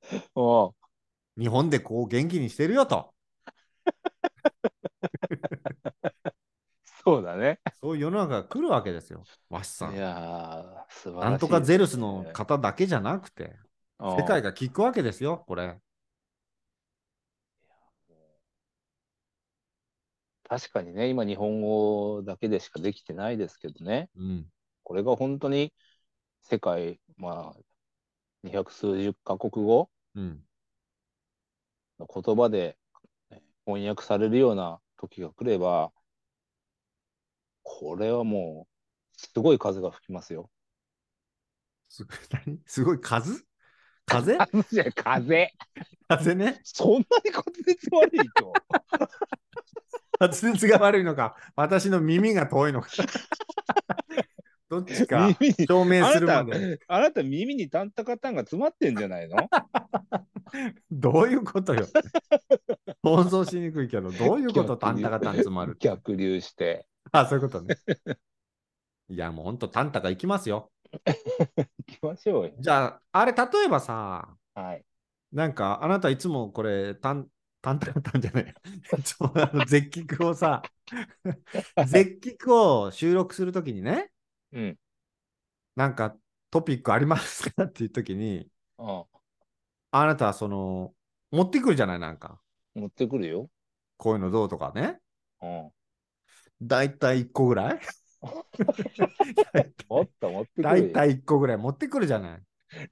Speaker 2: ああ
Speaker 1: 日本でこう元気にしてるよと、
Speaker 2: そうだね。
Speaker 1: そういう世の中が来るわけですよ、わしさ
Speaker 2: い
Speaker 1: ん。
Speaker 2: やー、素晴らしい、
Speaker 1: なんとかゼルスの方だけじゃなくて、世界
Speaker 2: が。
Speaker 1: が聞くわけですよ、これ。
Speaker 2: 確かにね、今日本語だけでしかできてないですけどね。
Speaker 1: うん。
Speaker 2: これが本当に世界、まあ、2百数十カ国語
Speaker 1: うん。
Speaker 2: の言葉でね翻訳されるような時が来れば、これはもう、すごい風が吹きますよ。
Speaker 1: す 何すごい数風
Speaker 2: 風じゃない風
Speaker 1: 風ね。
Speaker 2: そんなに滑舌悪い 今日。
Speaker 1: 滑舌が悪いのか、私の耳が遠いのか。 どっちか
Speaker 2: 耳に、
Speaker 1: 証明
Speaker 2: あ
Speaker 1: する
Speaker 2: な
Speaker 1: ま
Speaker 2: た
Speaker 1: で。、
Speaker 2: あなた耳にタンタカタンが詰まってんじゃない の
Speaker 1: どういうことよ。放送しにくいけど、どういうこと
Speaker 2: 逆
Speaker 1: タ
Speaker 2: に
Speaker 1: ンタカタン詰まる。
Speaker 2: 逆流して。
Speaker 1: あ、そういうことね。いや、もうほんと、タンタカ行きますよ。
Speaker 2: 行きましょうよ。
Speaker 1: じゃあ、あれ、例えばさ、
Speaker 2: はい。
Speaker 1: なんか、あなたいつもこれ、タ ン、タンタカタンじゃない。いつもあの絶菊をさ、絶菊を収録するときにね、
Speaker 2: うん。
Speaker 1: なんかトピックありますかっていうときに、
Speaker 2: あ
Speaker 1: あなたはその、持ってくるじゃない、なんか。
Speaker 2: 持ってくるよ。
Speaker 1: こういうのどうとかね。
Speaker 2: うん。
Speaker 1: だいたい1個ぐらい
Speaker 2: もっと持ってく
Speaker 1: だ
Speaker 2: る
Speaker 1: いた
Speaker 2: よ。
Speaker 1: い1個ぐらい持ってくるじゃない。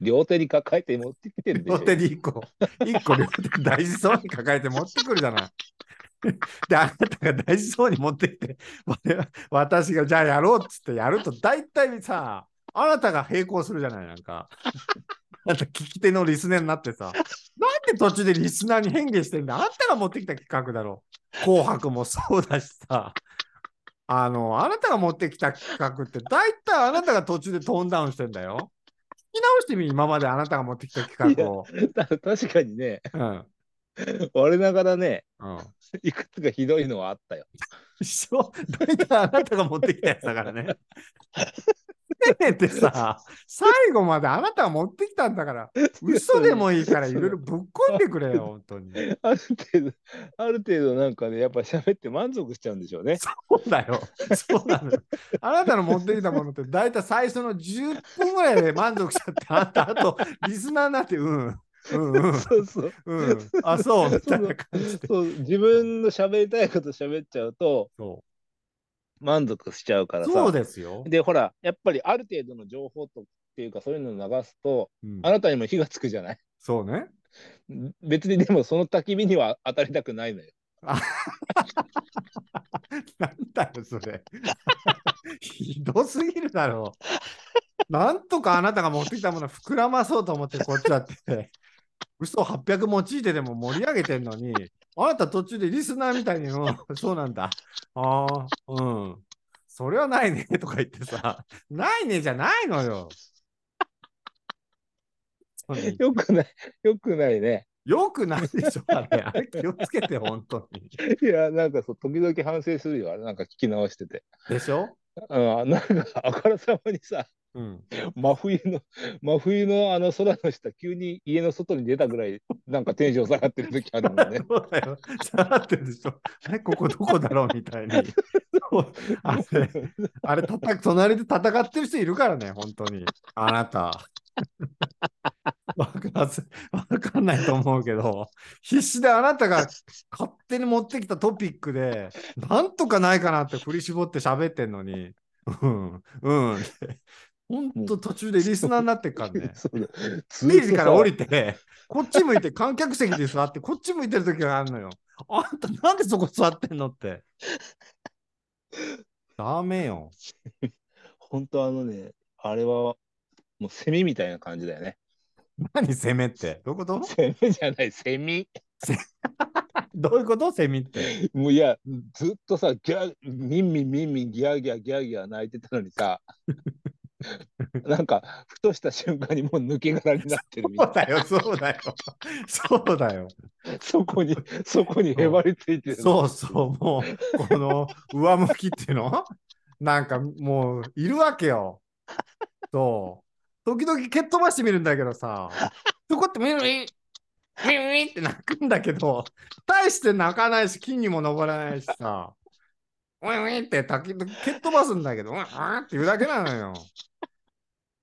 Speaker 2: 両手に抱えて持ってきてるでし
Speaker 1: 両
Speaker 2: ょ。
Speaker 1: 手に1個、1個両手に大事そうに抱えて持ってくるじゃない。 で、あなたが大事そうに持ってきて、 我々私がじゃあやろうっつってやると、大体さ、あなたが並行するじゃない、なんか。あんた聞き手のリスナーになってさ、なんで途中でリスナーに変化してんだあんたが持ってきた企画だろ。紅白もそうだしさ、あの、あなたが持ってきた企画って、大体あなたが途中でトーンダウンしてんだよ。聞き直してみ、今まであなたが持ってきた企画を。
Speaker 2: ただ確かにね、
Speaker 1: うん。
Speaker 2: 我ながらね、
Speaker 1: うん。
Speaker 2: いくつかひどいのはあったよ。
Speaker 1: 一緒大体あなたが持ってきたやつだからね。せめてさ、最後まであなたが持ってきたんだから、嘘でもいいからいろいろぶっこんでくれよ、本当に。
Speaker 2: ある程度、ある程度なんかね、やっぱ喋って満足しちゃうんでしょうね。
Speaker 1: そうだよ。そうなのよ。あなたの持ってきたものって、大体最初の10分ぐらいで満足しちゃって、あんた、あと、リスナーになって、うん、うん、うん、
Speaker 2: そうそう。
Speaker 1: うん、あ、そう、みたいな感じで。
Speaker 2: そう自分の喋りたいこと喋っちゃうと
Speaker 1: そ
Speaker 2: 満足しちゃうか
Speaker 1: う
Speaker 2: ら
Speaker 1: そう
Speaker 2: さ。
Speaker 1: ですよ。
Speaker 2: で、ほら、やっぱりある程度の情報とっていうか、そういうのを流すと、
Speaker 1: うん
Speaker 2: あなたにも火がつくじゃない
Speaker 1: そうね。
Speaker 2: 別にでもその焚き火には当たりたくないのよ。
Speaker 1: なんだよ、それ。ひどすぎるだろう。なんとかあなたが持ってきたものを膨らまそうと思って、こっちだって。嘘800用いてでも盛り上げてんのに、あなた途中でリスナーみたいに、うんそうなんだ。ああ、うん。それはないねとか言ってさ、ないねじゃないのよ。
Speaker 2: よくない、よくないね。
Speaker 1: よくないでしょ、あれ。あれ気をつけて、本当に。
Speaker 2: いや、なんかそう、時々反省するよ。あれ、なんか聞き直してて。
Speaker 1: でしょ
Speaker 2: うん、なんか、あ からさまにさ、
Speaker 1: うん。。
Speaker 2: 真冬の、真冬のあの空の下、急に家の外に出たぐらい、なんかテンション下がってる時あるもんね
Speaker 1: そうだよ。下がってるでしょ。あれ、ここどこだろうみたいに。そう あ れ、あれ叩く、隣で戦ってる人いるからね、本当に。あなた。わかんわかんないと思うけど、必死であなたが勝手に持ってきたトピックで、なんとかないかなって振り絞って喋ってんのに、うん、うんって。本当途中でリスナーになってっからね。
Speaker 2: そうだ。ス
Speaker 1: ステージから降りて、 こっち向いて観客席で座って、こっち向いてる時があるのよ。あんたなんでそこ座ってんのって。ダメよ。
Speaker 2: 本当あのね、あれは、もうセミみたいな感じだよね。
Speaker 1: 何攻めって。どういうこと
Speaker 2: セミじゃない、セミ。
Speaker 1: どういうことセミって。
Speaker 2: もういや、ずっとさ、ギャー、ミンミンミンミン、ギャーギャーギャーギャー泣いてたの にさ、なんか、ふとした瞬間にもう抜け殻になってるみた
Speaker 1: そ
Speaker 2: いう
Speaker 1: だよ、そうだよ。そうだよ。
Speaker 2: な。そこに、そこにへばりついてる。
Speaker 1: そうそう、もう、この上向きっていうのなんかもう、いるわけよ。そう。時々蹴っ飛ばしてみるんだけどさ、そこってミルミミルミって泣くんだけど、大して泣かないし、筋にも登らないしさ、ウィンウィンってたき蹴っ飛ばすんだけど、うわーって言うだけなのよ。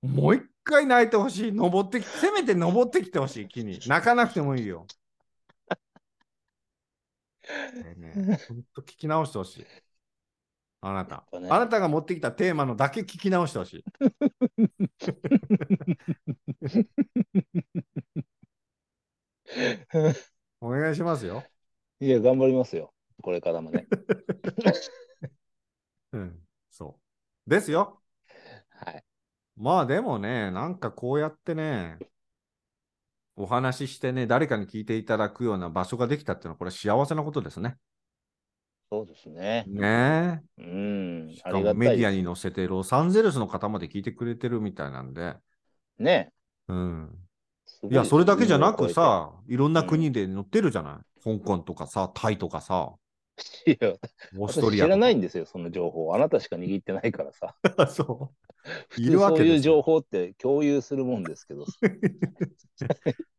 Speaker 1: もう一回泣いてほしい。登ってき、せめて登ってきてほしい、木に。泣かなくてもいいよ。ねえねえほんと聞き直してほしい。あなた。
Speaker 2: やっぱね
Speaker 1: あなたが持ってきたテーマのだけ聞き直してほしい。お願いしますよ。
Speaker 2: いや、頑張りますよ。これから もね。
Speaker 1: うん。そう。ですよ。
Speaker 2: はい。
Speaker 1: まあでもね、なんかこうやってね、お話ししてね、誰かに聞いていただくような場所ができたっていうのは、これ幸せなことですね。
Speaker 2: そうですね。
Speaker 1: ね
Speaker 2: う
Speaker 1: え。
Speaker 2: ん
Speaker 1: し。
Speaker 2: あ
Speaker 1: か
Speaker 2: りが
Speaker 1: も
Speaker 2: た
Speaker 1: メ
Speaker 2: い
Speaker 1: ディ
Speaker 2: で
Speaker 1: アに載せてロサンゼルスの方まで聞いてくれてるみたいなんで。
Speaker 2: すね。
Speaker 1: うん。
Speaker 2: すご
Speaker 1: いや、それだけじゃなく
Speaker 2: ですよ
Speaker 1: さ、いろんな国で載ってるじゃない、香港とかさ、タイとかさ、
Speaker 2: いや、
Speaker 1: オースト
Speaker 2: 私
Speaker 1: リ
Speaker 2: 知
Speaker 1: アと
Speaker 2: ら
Speaker 1: か。
Speaker 2: ないんですよ、その情報。あなたしか握ってないからさ。
Speaker 1: そう。いるわけ
Speaker 2: そうい
Speaker 1: で
Speaker 2: う
Speaker 1: すよ。
Speaker 2: 情報って共有するもんです けど、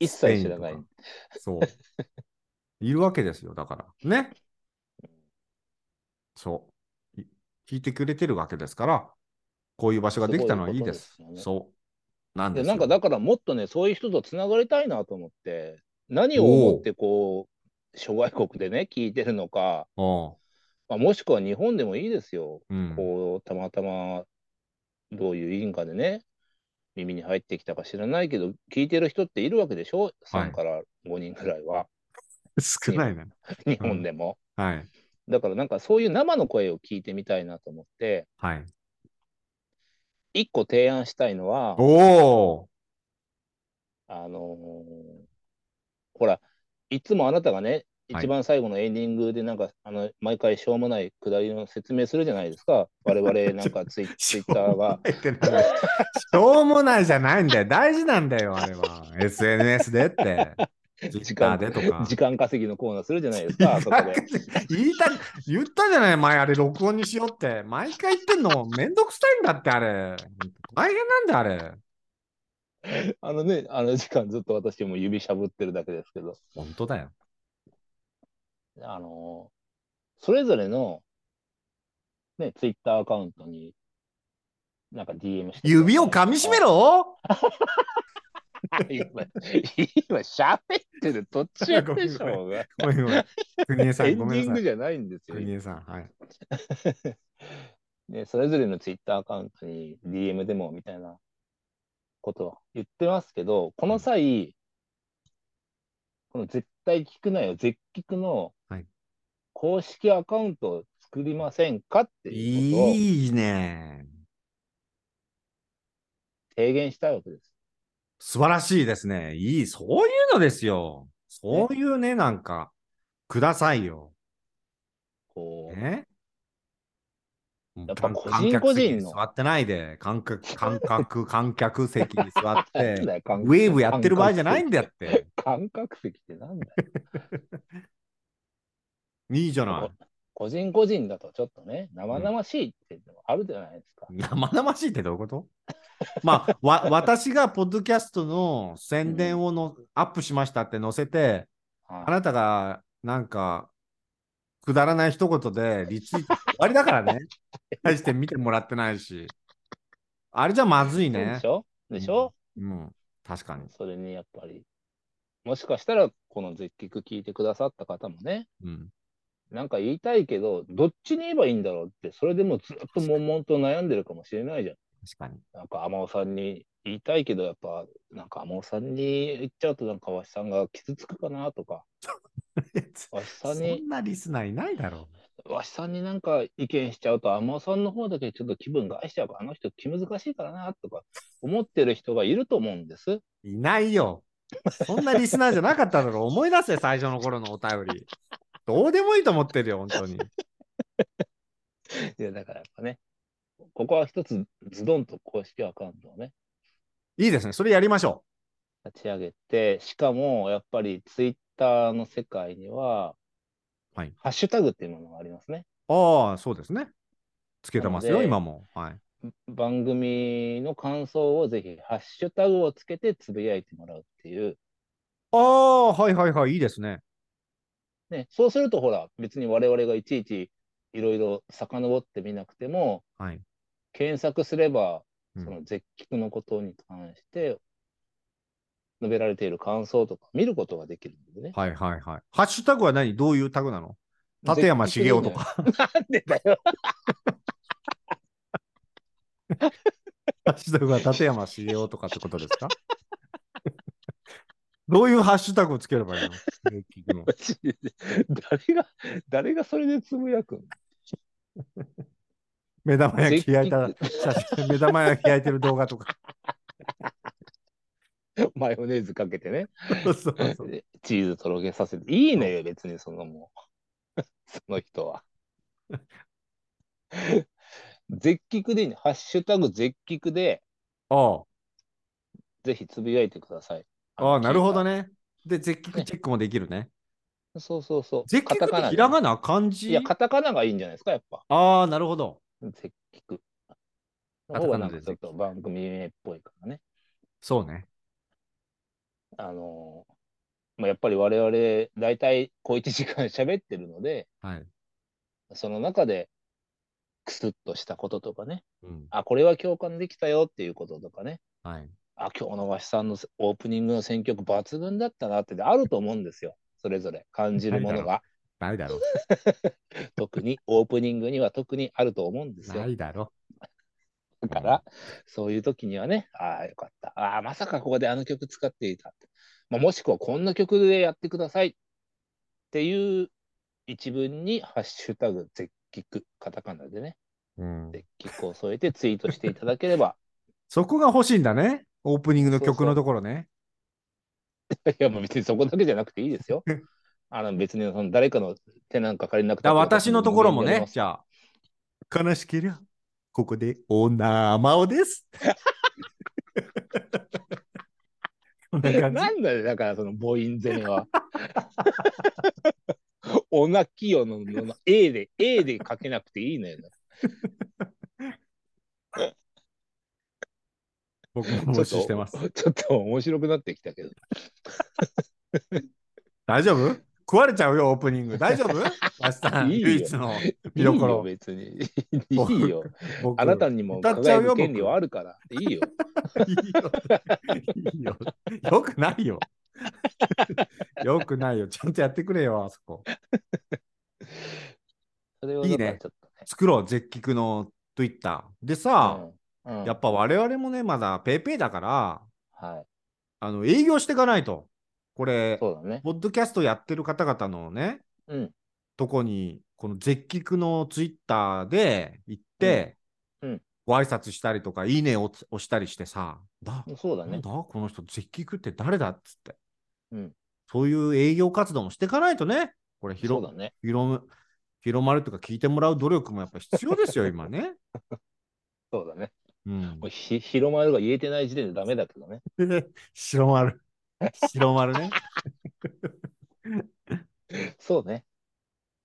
Speaker 2: 一切知らない。
Speaker 1: そう。いるわけですよ、だから。ね。そう。い聞いてくれてるわけですから、こういう場所ができたのはいいです。
Speaker 2: すごいことです
Speaker 1: そう。なんで
Speaker 2: ですなんかだからもっとね、そういう人とつながりたいなと思って、何を思ってこう、諸外国でね、聞いてるのか、
Speaker 1: お
Speaker 2: まあ、もしくは日本でもいいですよ。
Speaker 1: ううん。
Speaker 2: こう、たまたまどういう因果でね、耳に入ってきたか知らないけど、聞いてる人っているわけでしょ ?3 から5人ぐらいは、
Speaker 1: 少ないね。
Speaker 2: 日本でも。
Speaker 1: はい。
Speaker 2: だからなんかそういう生の声を聞いてみたいなと思って、
Speaker 1: はい。
Speaker 2: 一個提案したいのは、
Speaker 1: おー
Speaker 2: あのーほら、いつもあなたがね、
Speaker 1: はい
Speaker 2: 一番最後のエンディングでなんか、あの毎回しょうもないくだりの説明するじゃないですか。我々なんか ツイツイッターが。
Speaker 1: しょうもないってなんだよしょうもないじゃないんだよ。大事なんだよ、あれは。SNS でって。
Speaker 2: 時
Speaker 1: Twitter
Speaker 2: 間
Speaker 1: でとか。
Speaker 2: 時間稼ぎのコーナーするじゃないですか、あそこで。
Speaker 1: 言いた言ったじゃない、前あれ、録音にしようって。毎回言ってんの、めんどくさいんだって、あれ。大変なんだ、あれ。
Speaker 2: あのね、あの時間ずっと私も指しゃぶってるだけですけど、
Speaker 1: 本当だよ。
Speaker 2: あのーそれぞれの、ね、ツイッターアカウントに、なんか DM して。
Speaker 1: 指を噛みしめろ
Speaker 2: 今、今喋ってる途中でしょうが。
Speaker 1: ごめんごめん。国枝さ
Speaker 2: エ
Speaker 1: ん、
Speaker 2: ンデ
Speaker 1: ごめ
Speaker 2: ィ
Speaker 1: ん
Speaker 2: ン
Speaker 1: な
Speaker 2: グ
Speaker 1: さい。
Speaker 2: じゃないんですよ。
Speaker 1: 国枝さん、はい。
Speaker 2: ね、それぞれのツイッターアカウントに DM でもみたいなことを言ってますけど、この際、この絶対聞くなよ、絶聞の
Speaker 1: はい
Speaker 2: 公式アカウントを作りませんかっていうことを
Speaker 1: いいね。
Speaker 2: 提言したいわけです。
Speaker 1: 素晴らしいですね。いい、そういうのですよ。そういうね、なんか、くださいよ。
Speaker 2: こう
Speaker 1: ね。
Speaker 2: やっぱ個人
Speaker 1: 観客席に
Speaker 2: 個人の
Speaker 1: 座ってないで、観客、観客、 観客席に座って
Speaker 2: なん、だよ感
Speaker 1: ウェーブやってる場合じゃないんだよって。
Speaker 2: 感覚席ってなんだよ。
Speaker 1: いいじゃない。
Speaker 2: 個人個人だとちょっとね、生々しいっていうのもあるじゃないですか。
Speaker 1: 生々しいってどういうことまあ、わ 私がポッドキャストの宣伝をの、アップしましたって載せて、あ
Speaker 2: はい
Speaker 1: なたがなんか、くだらない一言でリツイート、終わりだから ね。対して見てもらってないし。あれじゃまずい
Speaker 2: そうで
Speaker 1: ね
Speaker 2: し。ょでしょ、
Speaker 1: うん、確かに。
Speaker 2: それにやっぱり、もしかしたらこの絶聞聞いてくださった方もね、
Speaker 1: うん、
Speaker 2: なんか言いたいけど、どっちに言えばいいんだろうって、それでもずっと悶々と悩んでるかもしれないじゃん。
Speaker 1: 確 かに。
Speaker 2: なんか天尾さんに言いたいけど、やっぱ、なんか天尾さんに言っちゃうと、なんかわしさんが傷つくかなとか、わしさ
Speaker 1: そ
Speaker 2: んに
Speaker 1: ん、なリスナーいないだろ
Speaker 2: わしさんになんか意見しちゃうと、天尾さんの方だけちょっと気分害しちゃうから、あの人気難しいからなとか思ってる人がいると思うんです。
Speaker 1: う。いないよ。そんなリスナーじゃなかっただろう。思い出せ、最初の頃のお便り。どうでもいいと思ってるよ、本当に。
Speaker 2: いや、だからやっぱね、ここは一つズドンと公式アカウントをね、
Speaker 1: いいですね。それやりましょ
Speaker 2: 立ち上げて、しかもやっぱりツイッターの世界には、
Speaker 1: はい
Speaker 2: ハッシュタグっていうものがありますね。
Speaker 1: う。ああ、そうですね。つけてます
Speaker 2: な
Speaker 1: よ、
Speaker 2: ので
Speaker 1: 今も。はい。
Speaker 2: 番組の感想をぜひハッシュタグをつけてつぶやいてもらうっていう。
Speaker 1: ああ、はいはいはい、いいですね。
Speaker 2: ね、そうするとほら、別に我々がいちいちいろいろ遡ってみなくても、
Speaker 1: はい。
Speaker 2: 検索すれば、
Speaker 1: うん
Speaker 2: その絶聞のことに関して、述べられている感想とか見ることができるのでね。
Speaker 1: はいはいはい。ハッシュタグは何どういうタグなの立山茂雄とか。
Speaker 2: なんでだよ。
Speaker 1: ハッシュタグは立山茂雄とかってことですか どういうハッシュタグをつければいいの聞くの
Speaker 2: マジで誰が、誰がそれでつぶやくん
Speaker 1: 目玉焼き焼いた写真、目玉焼き焼いてる動画とか。
Speaker 2: マヨネーズかけてね。
Speaker 1: そうそうそう
Speaker 2: でチーズとろけさせて。いいのよ、別にそのもう。 その人は。絶菊でいいね。ハッシュタグ絶菊で、
Speaker 1: あ
Speaker 2: ぜひつぶやいてください。
Speaker 1: あああ、なるほど
Speaker 2: ね。
Speaker 1: ね。で、絶景チェックもできるね。
Speaker 2: そうそうそう。
Speaker 1: 絶景
Speaker 2: カタカ
Speaker 1: って
Speaker 2: ナ
Speaker 1: ひ
Speaker 2: で
Speaker 1: らがな漢字
Speaker 2: いや、カタカナがいいんじゃないですか、やっぱ。
Speaker 1: ああ、なるほど。
Speaker 2: 絶菊。
Speaker 1: カタカナで
Speaker 2: の方がなんかちょっと番組名っぽいからね。
Speaker 1: そうね。
Speaker 2: あのーまあ、やっぱり我々、大体小一時間 喋ってるので、
Speaker 1: はい。
Speaker 2: その中で、クスッとしたこととかね、
Speaker 1: うん。
Speaker 2: あ、これは共感できたよっていうこととかね、
Speaker 1: はい。
Speaker 2: あ、今日の和紙さんのオープニングの選曲抜群だったなってあると思うんですよ。それぞれ感じるものが。
Speaker 1: ないだろ。
Speaker 2: 特に、オープニングには特にあると思うんですよ
Speaker 1: な。いだろ。
Speaker 2: だから、そういう時にはね、ああ、よかった。ああ、まさかここであの曲使っていたって。まあ、もしくは、こんな曲でやってくださいっていう一文に、ハッシュタグ、絶菊、カタカナでね、
Speaker 1: うん。
Speaker 2: 絶菊を添えてツイートしていただければ、
Speaker 1: そこが欲しいんだね。オープニングの曲のところね。
Speaker 2: いや、もう別にそこだけじゃなくていいですよ。あの別にその誰かの手なんか借りなくて
Speaker 1: だ
Speaker 2: も
Speaker 1: 私のところもね、じ
Speaker 2: ゃ
Speaker 1: ゃあ。悲しけりゃ、ここでおなまお です。こんな感じ
Speaker 2: なんだよ、だからその母音攻めは。 おなきよののの A で、A で書けなくていいのよ。
Speaker 1: 僕も無視してます
Speaker 2: ち。ょっと ちょっと面白くなってきたけ ど。
Speaker 1: 大丈夫食われちゃうよ、オープニング。大丈 夫明日、
Speaker 2: いいよ
Speaker 1: 唯一の見ど
Speaker 2: いい
Speaker 1: こ
Speaker 2: よ、
Speaker 1: ろ。
Speaker 2: 別に。 いいよ。
Speaker 1: 僕
Speaker 2: あなたにも
Speaker 1: 歌っちゃ
Speaker 2: 輝
Speaker 1: うよ
Speaker 2: く権利はあるから。いいよ。
Speaker 1: いいよ。いいよ。よくないよ。よくないよ。ちゃんとやってくれよ、あそこ。
Speaker 2: それを
Speaker 1: いいね
Speaker 2: だからちょっとね。
Speaker 1: 作ろう、絶菊の Twitter。でさ、
Speaker 2: うん、うん
Speaker 1: やっぱ我々もね、まだ PayPay だから、
Speaker 2: はい。
Speaker 1: あの営業していかないと。これ、
Speaker 2: そうだね。
Speaker 1: ポッドキャストやってる方々のね、
Speaker 2: うん。
Speaker 1: とこに、この絶菊の Twitter で行って、
Speaker 2: うんうん
Speaker 1: ご挨拶したりとか、いいねを押押したりしてさ、だ、
Speaker 2: そうだ
Speaker 1: な
Speaker 2: ね
Speaker 1: んだ。この人、絶菊って誰だっつって。
Speaker 2: うん
Speaker 1: そういう営業活動もしていかないとね、これ
Speaker 2: そう
Speaker 1: 広
Speaker 2: だね。
Speaker 1: 広む広まるとか聞いてもらう努力もやっぱ必要ですよ、今ね。
Speaker 2: そうだね。
Speaker 1: うん
Speaker 2: もう、ひ広まるが言えてない時点でダメだけどね。
Speaker 1: 白丸。白丸ね。
Speaker 2: そうね。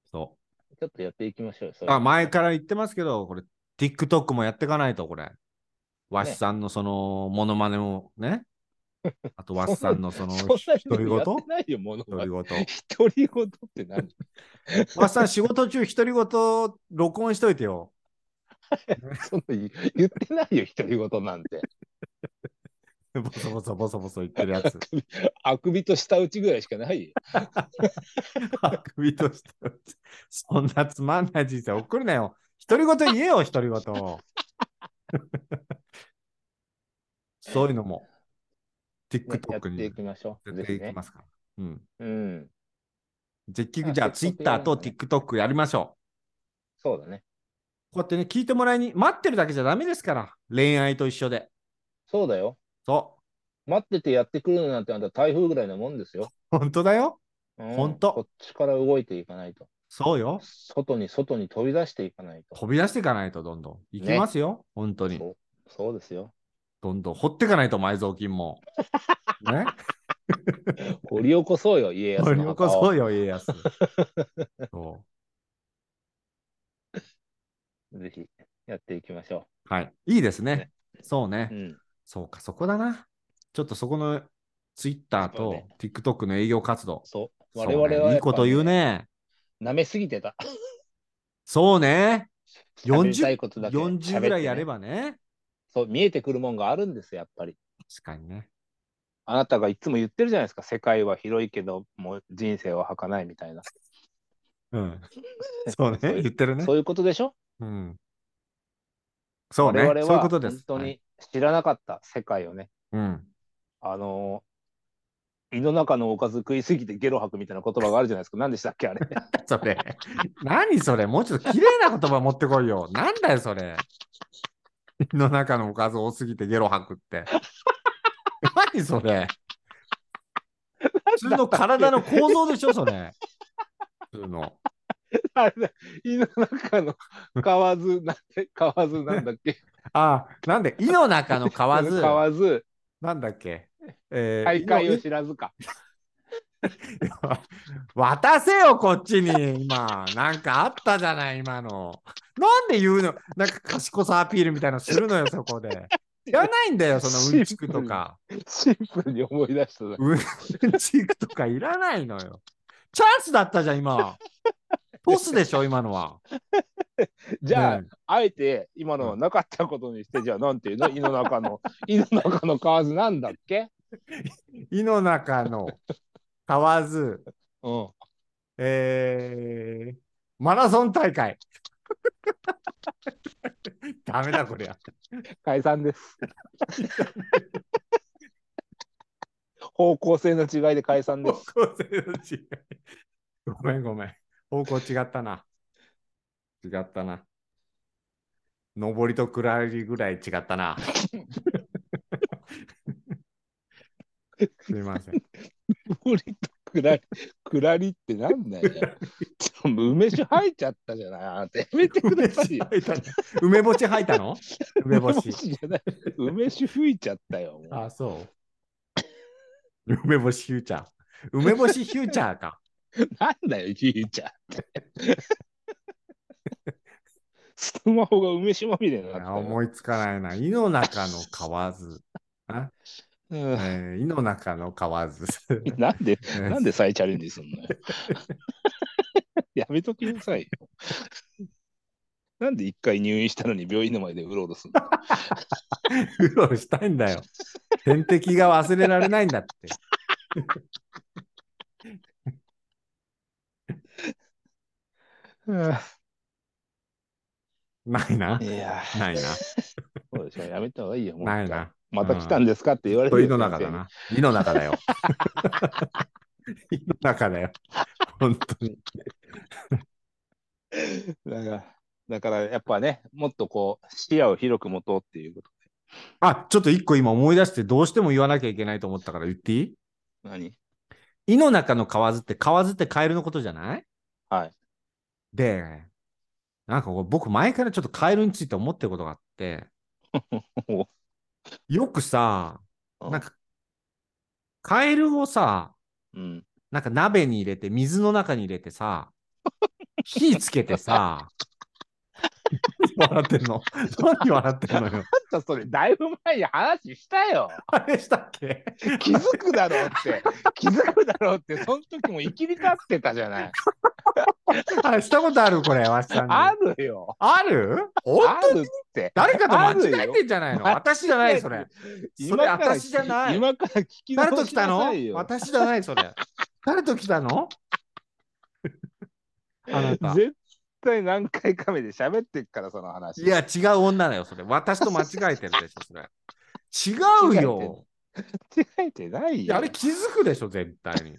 Speaker 1: そ。
Speaker 2: ちょっとやっていきましょうよ。そうれ
Speaker 1: あ前から言ってますけど、これ、TikTok もやっていかないと、これ。わしさんのその、モノマネも ね。あと、わしさんのその、
Speaker 2: そん
Speaker 1: 独
Speaker 2: な
Speaker 1: り言
Speaker 2: のやって
Speaker 1: 独
Speaker 2: ないよ、ものは
Speaker 1: り。言。
Speaker 2: 独り言って何
Speaker 1: わしさん、仕事中、独り言、録音しといてよ。
Speaker 2: そんな言言ってないよ、独り言なんて。
Speaker 1: ボソボソボソボソ言ってるや つ。
Speaker 2: あくびと舌打ちぐらいしかないよ。
Speaker 1: あくびとしてるそんなつまんない人生送るなよ。独り言言えよ、独り 言を。そういうのも
Speaker 2: ねやっ
Speaker 1: TikTok
Speaker 2: てい
Speaker 1: に
Speaker 2: きましょう。
Speaker 1: 出
Speaker 2: ぜ
Speaker 1: て
Speaker 2: ひ
Speaker 1: いき
Speaker 2: ね
Speaker 1: ま。すから。うん。
Speaker 2: うん。
Speaker 1: 絶
Speaker 2: あ
Speaker 1: 局、じゃあ
Speaker 2: TikTok
Speaker 1: Twitter と
Speaker 2: やる
Speaker 1: TikTok やりましょ
Speaker 2: そうだね。
Speaker 1: う。こうやってね、聞いてもらいに、待ってるだけじゃダメですから。恋愛と一緒で。
Speaker 2: そうだよ。
Speaker 1: そ
Speaker 2: 待っててやってくるなんてあんた台風ぐらいなもんですよ。
Speaker 1: う。本当だよ。
Speaker 2: うん
Speaker 1: ほんと
Speaker 2: こっちから動いていかないと。
Speaker 1: そうよ。
Speaker 2: 外に外に飛び出していかないと。
Speaker 1: 飛び出していかないと、どんどん。行き
Speaker 2: ね
Speaker 1: ますよ。本当に。
Speaker 2: そうそうですよ。
Speaker 1: どんどん掘っていかないと、埋蔵金も。 ね。
Speaker 2: 掘り起こそうよ、家康
Speaker 1: 掘り
Speaker 2: の
Speaker 1: 起
Speaker 2: 墓
Speaker 1: こそ
Speaker 2: を。
Speaker 1: うよ、家康。そ
Speaker 2: ぜひやっていきましょ
Speaker 1: う。はい。いいですね。
Speaker 2: ね
Speaker 1: そう
Speaker 2: う。う
Speaker 1: ね。
Speaker 2: ん。
Speaker 1: そうか、そこだな。ちょっとそこの Twitter
Speaker 2: そう
Speaker 1: と
Speaker 2: ね
Speaker 1: TikTok の営業活動。
Speaker 2: そう。
Speaker 1: そう
Speaker 2: 我
Speaker 1: ね
Speaker 2: 々はやっぱ、
Speaker 1: いいこと言うね。
Speaker 2: 舐めすぎてた。
Speaker 1: そうね。40
Speaker 2: 喋りたいことだけ喋ってね
Speaker 1: 40ぐらいやればね。
Speaker 2: そう、見えてくるもんがあるんですよ、やっぱり。
Speaker 1: 確かにね。
Speaker 2: あなたがいつも言ってるじゃないですか。世界は広いけど、もう人生は儚いみたいな。
Speaker 1: うん。そうね。
Speaker 2: そういう
Speaker 1: 言ってるね
Speaker 2: そ。ういうことでしょ
Speaker 1: うん。そうね。
Speaker 2: 我々
Speaker 1: そういう
Speaker 2: は
Speaker 1: こと
Speaker 2: 本
Speaker 1: です。
Speaker 2: 当
Speaker 1: は
Speaker 2: に
Speaker 1: い
Speaker 2: 知らなかった世界をね、
Speaker 1: うん。
Speaker 2: あのー胃の中のおかず食いすぎてゲロ吐くみたいな言葉があるじゃないですか。何でしたっけあれ。
Speaker 1: それ。何それ。もうちょっと綺麗な言葉持ってこい よ。なんだよ、それ。胃の中のおかず多すぎてゲロ吐くって。何それ。普通の体の構造でしょ、それ。普通の。
Speaker 2: あれだ胃の中の河津、なんて、 河津なんだっけ
Speaker 1: あ、なんで、胃の中 の
Speaker 2: 河
Speaker 1: 蛙、
Speaker 2: 津、
Speaker 1: なんだっけ。えー
Speaker 2: 大会を知らずか。
Speaker 1: 渡せよ、こっちに、今。なんかあったじゃない、今の。なんで言うのなんか賢さアピールみたいなのするのよ、そこで。やらないんだよ、そのうんちくとか。
Speaker 2: シンプルに思い出したな。
Speaker 1: うんちくとかいらないのよ。チャンスだったじゃん、今。トスでしょ、今のは。
Speaker 2: じゃあ、
Speaker 1: ね
Speaker 2: あえて今のはなかったことにして、じゃあなんていうの胃の中の、胃の中の蛙なんだっけ
Speaker 1: 胃の中の買わず、
Speaker 2: うん。
Speaker 1: えー、マラソン大会。ダメだ、こりゃ。
Speaker 2: 解散です。方向性の違いで解散
Speaker 1: 方
Speaker 2: です。
Speaker 1: 向性の違い。ごめんごめん。方向違ったな。違ったな。上りと下りぐらい違ったな。すいません。
Speaker 2: 無理とくらり、くらりってなんだよ。ちょ梅酒入っちゃったじゃない。あなたやめてくださいよ。
Speaker 1: 梅干し吐いたの梅干 し。
Speaker 2: じゃない。梅酒吹いちゃったよ。もう
Speaker 1: あ、そう。梅干しフューチャー。梅干しフューチャーか。
Speaker 2: なんだよ、じいちゃんって。スマホが梅酒まみれになった
Speaker 1: あ
Speaker 2: よ。
Speaker 1: 思いつかないな。胃の中の蛙。
Speaker 2: うん
Speaker 1: えー、胃の中の蛙。
Speaker 2: なんで、なんで再チャレンジすんのよ。 やめときなさいよ。なんで一回入院したのに病院の前でうろうろすんの
Speaker 1: うろうろしたいんだよ。点滴が忘れられないんだって。ないな。
Speaker 2: いやー、
Speaker 1: ないな。
Speaker 2: そうでしょ、やめた方がいいよ。もう一回
Speaker 1: ないな。
Speaker 2: また来たんですかって言われて
Speaker 1: 胃
Speaker 2: る
Speaker 1: の中だな。胃の中だよ。胃の中だよ。本当に。
Speaker 2: 先生にだから、だからやっぱね、もっとこう、視野を広く持とうっていうこと。
Speaker 1: あ、ちょっと一個今思い出して、どうしても言わなきゃいけないと思ったから言っていい
Speaker 2: 何
Speaker 1: 胃の中の蛙って、蛙ってカエルのことじゃない
Speaker 2: はい。
Speaker 1: で、なんかこれ僕前からちょっとカエルについて思ってることがあって
Speaker 2: お、
Speaker 1: よくさ、
Speaker 2: うん
Speaker 1: なんか、カエルをさ、
Speaker 2: うん。
Speaker 1: なんか鍋に入れて、水の中に入れてさ、火つけてさ、何笑ってんの何笑ってんのよ。
Speaker 2: あんたそれ、だいぶ前に話したよ。
Speaker 1: あれしたっけ
Speaker 2: 気づくだろうって、気づくだろうって、その時も生きり立ってたじ ゃない。
Speaker 1: あれしたことあるこれ、わしさんに。
Speaker 2: あ
Speaker 1: あ
Speaker 2: るよ。
Speaker 1: る
Speaker 2: あ
Speaker 1: 本当に
Speaker 2: るって。
Speaker 1: 誰かと間
Speaker 2: あ
Speaker 1: 違
Speaker 2: る
Speaker 1: え
Speaker 2: よ
Speaker 1: てんじゃないの私じゃない、それ。それ
Speaker 2: 聞
Speaker 1: 私じゃない。
Speaker 2: 今から聞き
Speaker 1: 誰と
Speaker 2: 直
Speaker 1: 来
Speaker 2: したな
Speaker 1: の
Speaker 2: さいよ。
Speaker 1: 私じゃない、それ。誰と来たのあ なた。
Speaker 2: 絶対何回か目で喋ってっから、その話。
Speaker 1: いや、、違う女だよ、それ。私と間違えてるでしょ、それ。違うよ。
Speaker 2: 間違えてない
Speaker 1: いや
Speaker 2: よ。
Speaker 1: あれ気づくでしょ、絶対 に。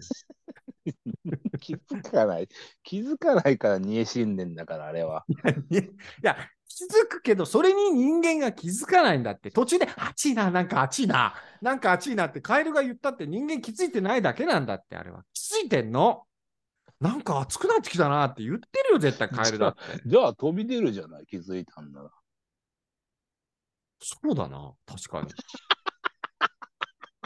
Speaker 2: 気づかない。気づかないから、煮え死んでんだから、あれは。
Speaker 1: いや、気づくけど、それに人間が気づかないんだって、途中で、あちいな、なんかあちいな、なんかあちいなって、カエルが言ったって人間気づいてないだけなんだって、あれは。気づいてんのなんか熱くなってきたなって言ってるよ、絶対カエルだって。
Speaker 2: じゃあ、飛び出るじゃない、気づいたんなら。
Speaker 1: そうだな、確かに。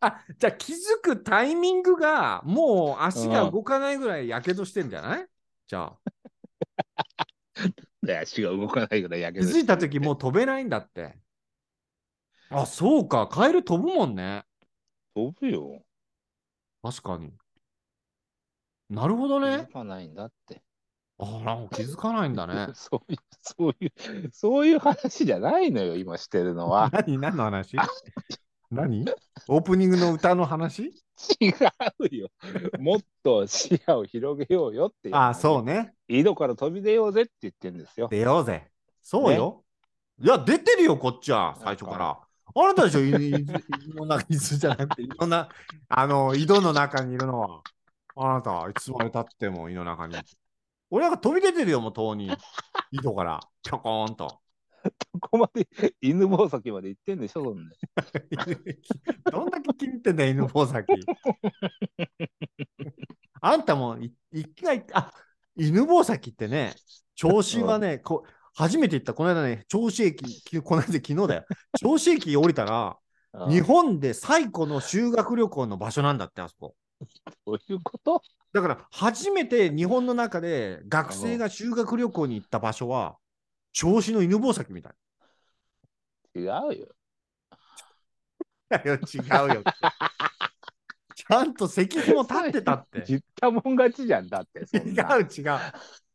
Speaker 1: あじゃあ気づくタイミングがもう足が動かないぐらいやけどしてんじゃないじゃあ
Speaker 2: いや、足が動かないぐらいやけ
Speaker 1: 気
Speaker 2: ど。
Speaker 1: づいた時もう飛べないんだって。あそうかカエル飛ぶもんね。
Speaker 2: 飛ぶよ。
Speaker 1: 確かに。なるほど
Speaker 2: 気
Speaker 1: ね
Speaker 2: づ。かないんだって。。
Speaker 1: あなんか気づかないんだね
Speaker 2: そういう、そういう、そういう話じゃないのよ、今してるのは。
Speaker 1: 何何の 話何オープニングの歌の話
Speaker 2: 違うよ。もっと視野を広げようよっていう。
Speaker 1: あそうね。
Speaker 2: 井戸から飛び出ようぜって言ってるんですよ。
Speaker 1: 出ようぜ。そうよ。いや、出てるよ、こっちは、最初から。あなたでしょ、いいい井の中、水じゃなくて、井のな、あの、井戸の中にいるのは。あなた、いつまでたっても井の中に。俺なんか飛び出てるよ、もう、遠に。井戸から、ぴょこーんと。
Speaker 2: ここまで 犬吠埼まで行ってんでしょ、そんな。
Speaker 1: どんだけ気に入ってんだよ、犬吠埼。あんたもい一回、あ犬吠埼ってね、調子がね、こ初めて行った、この間ね、銚子駅、きこの間、昨日だよ、銚子駅降りたら、
Speaker 2: ああ
Speaker 1: 日本で最古の修学旅行の場所なんだって、あそこ。
Speaker 2: どういうこと
Speaker 1: だから初めて日本の中で学生が修学旅行に行った場所は調子の犬吠埼みたい。
Speaker 2: 違うよ。
Speaker 1: だよ違うよ。ちゃんと石碑も立ってたって。違
Speaker 2: 言ったもん勝ちじゃんだって。そ
Speaker 1: うん
Speaker 2: な
Speaker 1: 違う。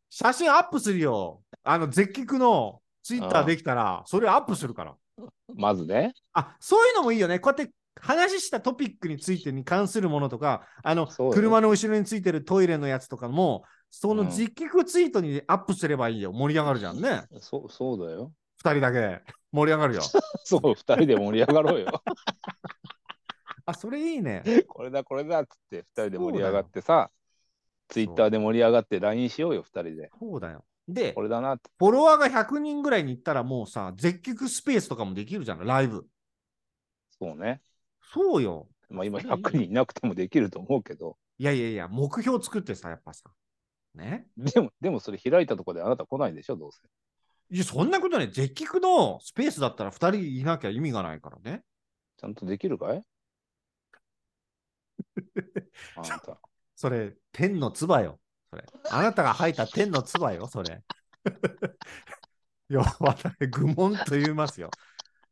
Speaker 1: 写真アップするよ。あの絶菊のツイッターできたらそれアップするから。
Speaker 2: まずね。
Speaker 1: あそういうのもいいよね。こうやって話したトピックについてに関するものとか、あの
Speaker 2: そうよ
Speaker 1: 車の後ろについてるトイレのやつとかも、その
Speaker 2: うん
Speaker 1: 実況ツイートにアップすればいいよ。盛り上がるじゃん ね。
Speaker 2: そうそう だよ。
Speaker 1: 2人だけ。盛り上がるよ。
Speaker 2: そう、二人で盛り上がろうよ。
Speaker 1: あ、それいいね。
Speaker 2: これだ、これだっつって、二人で盛り上がってさ、ツイッターで盛り上がって、LINE しようよ、二人で。
Speaker 1: そうだよ。で
Speaker 2: こ、れだなって。
Speaker 1: フォロワーが100人ぐらいに行ったらもうさ、絶菊スペースとかもできるじゃん、ライブ。
Speaker 2: そうね。
Speaker 1: そうよ。
Speaker 2: まあ今100人いなくてもできると思うけど、
Speaker 1: いやいやいや、目標作ってさ、やっぱさ。ね。
Speaker 2: でも、でもそれ開いたとこであなた来ないでしょ、どうせ。
Speaker 1: いや、そんなことね、絶菊のスペースだったら2人いなきゃ意味がないからね。
Speaker 2: ちゃんとでき るかいあなた。
Speaker 1: それ、天の唾よ。それ。あなたが吐いた天の唾よ、それ。 いや、私、愚問と言いますよ。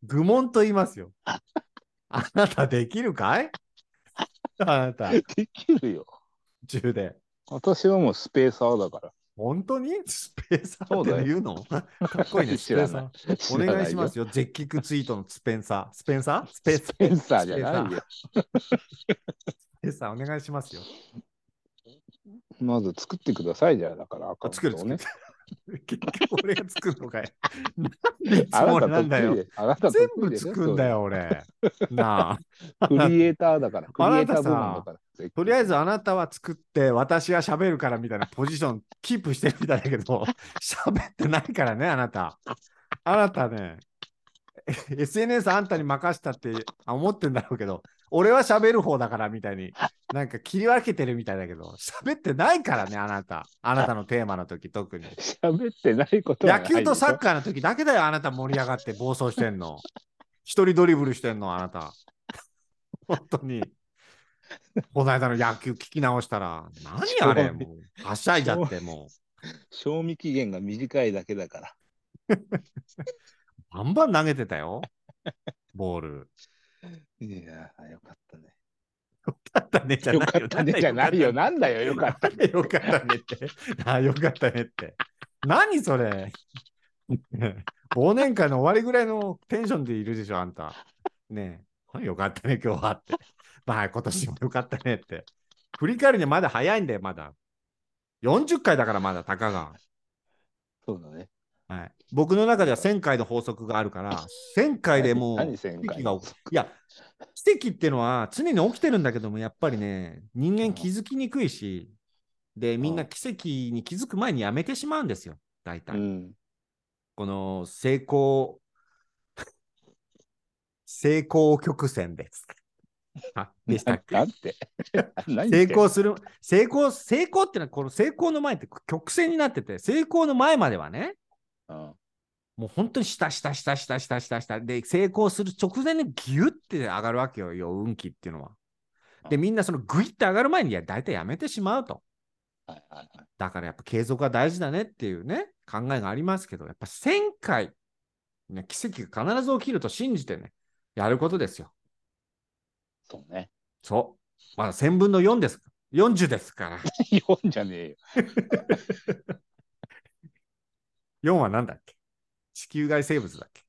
Speaker 1: 愚問と言いますよ。あなたできるかいあなた、
Speaker 2: できるよ。
Speaker 1: 中で。
Speaker 2: 私はもうスペーサーだか
Speaker 1: 本当にスペーサーって言うのかっこいいね、ス
Speaker 2: 知
Speaker 1: ペ
Speaker 2: ら
Speaker 1: ー
Speaker 2: な
Speaker 1: サ
Speaker 2: ら。
Speaker 1: ー。お願いしますよ、絶菊ツイートのスペンサー。スペンサースペー
Speaker 2: スペンサーじゃないよ。
Speaker 1: スペンサーお願いしますよ。
Speaker 2: まず作ってくださいじゃあ、だからアカウント
Speaker 1: 作
Speaker 2: を
Speaker 1: る作る。 結局俺が作るのかい。なんでいつ も
Speaker 2: あな
Speaker 1: 俺
Speaker 2: た
Speaker 1: なんだよ
Speaker 2: 得意。で。あなた得
Speaker 1: 全
Speaker 2: 意
Speaker 1: 部
Speaker 2: で
Speaker 1: つくんだ。よ、 俺。なあ。
Speaker 2: そうクリエイターだから。ク
Speaker 1: あ
Speaker 2: リエ
Speaker 1: な
Speaker 2: イタ
Speaker 1: た
Speaker 2: ー
Speaker 1: さ
Speaker 2: 部門だから。
Speaker 1: とりあえ
Speaker 2: ず。
Speaker 1: ずあなたは作って、私は喋るからみたいなポジションキープしてるみたいだけど、喋ってないからね、あなた。あなたね、え SNS あんたに任したってあ思ってんだろうけど、俺は喋る方だからみたいに、なんか切り分けてるみたいだけど、喋ってないからね、あなた。あなたのテーマの時、特に。
Speaker 2: 喋ってないことは
Speaker 1: 野
Speaker 2: ないでしょ
Speaker 1: 球とサッカーの時だけだよ、あなた盛り上がって暴走してん の。一人ドリブルしてんの、あなた。本当に。この間の野球聞き直したら、何あれ、もう、はしゃいじゃって、も
Speaker 2: 賞味期限が短いだけだか
Speaker 1: う、
Speaker 2: ら。
Speaker 1: バンバン投げてたよ、ボール。
Speaker 2: いやー、よかったね。
Speaker 1: よかったね、じゃ
Speaker 2: よ
Speaker 1: ない
Speaker 2: かったねじゃないよ。なんだよ、よかったね。
Speaker 1: よかったねって。ああ、よかったねって。何それ忘年会の終わりぐらいのテンションでいるでしょ、あんた。ねえ、よかったね、今日はって。まあ、今年もよかったねって。振り返るにはまだ早いんだよ、まだ。40回だから、まだ、たかが。
Speaker 2: そうだね。
Speaker 1: はい、僕の中では1000回の法則があるから、1000回でもう、
Speaker 2: 何1000
Speaker 1: 奇
Speaker 2: 回
Speaker 1: 跡が起きいや、奇跡ってのは常に起きてるんだけども、やっぱりね、人間気づきにくいし、で、みんな奇跡に気づく前にやめてしまうんですよ、大体。
Speaker 2: うん。
Speaker 1: この成功、 成功曲線 です。あでしたっけ
Speaker 2: な んて。何
Speaker 1: 成
Speaker 2: 言ってんの
Speaker 1: 功する、成功、成功ってのは、この成功の前って曲線になってて、成功の前まではね、
Speaker 2: うん
Speaker 1: もう本当に下下下下下下下で成功する直前にギュッて上がるわけよ、よ運気っていうのは。で、
Speaker 2: うん
Speaker 1: みんなそのグイッて上がる前にいや大体やめてしまうと。
Speaker 2: はいはいはい。
Speaker 1: だからやっぱ継続が大事だねっていうね、考えがありますけど、やっぱ1000回、ね、奇跡が必ず起きると信じてね、やることですよ。
Speaker 2: そうね。
Speaker 1: そう。まだ1000分の4です。40ですから。
Speaker 2: 日本じゃねえよ。
Speaker 1: 4は何だっけ地球外生物だっけ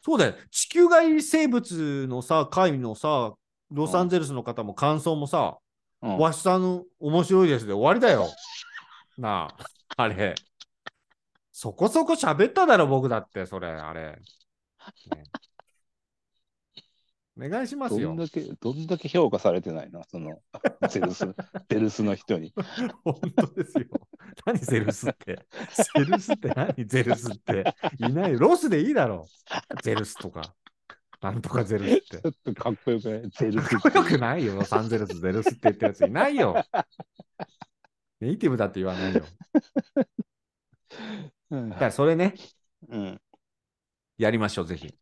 Speaker 1: そうだよ。地球外生物のさ、会のさ、ロサンゼルスの方も感想もさ、
Speaker 2: うん
Speaker 1: わしさん面白いですで終わりだよ。なあ、あれ。そこそこ喋っただろ、僕だって、それ、あれ。ねお願いします
Speaker 2: どん
Speaker 1: よ。
Speaker 2: だけ、どんだけ評価されてないな、その、 ゼ ルス、ゼルスの人に。
Speaker 1: 本当です よ。何ゼルス って。ゼルスって何ゼルスって。いない。ロスでいいだろう。ゼルスとか。なんとかゼルスって
Speaker 2: ち。ょっとかっこよくないゼルス。
Speaker 1: かっこよくないよ、ロサンゼルス、ゼルスって言ってるやついないよ。ネイティブだって言わないよ。
Speaker 2: うん
Speaker 1: だからそれね、
Speaker 2: うん。
Speaker 1: やりましょう、ぜひ。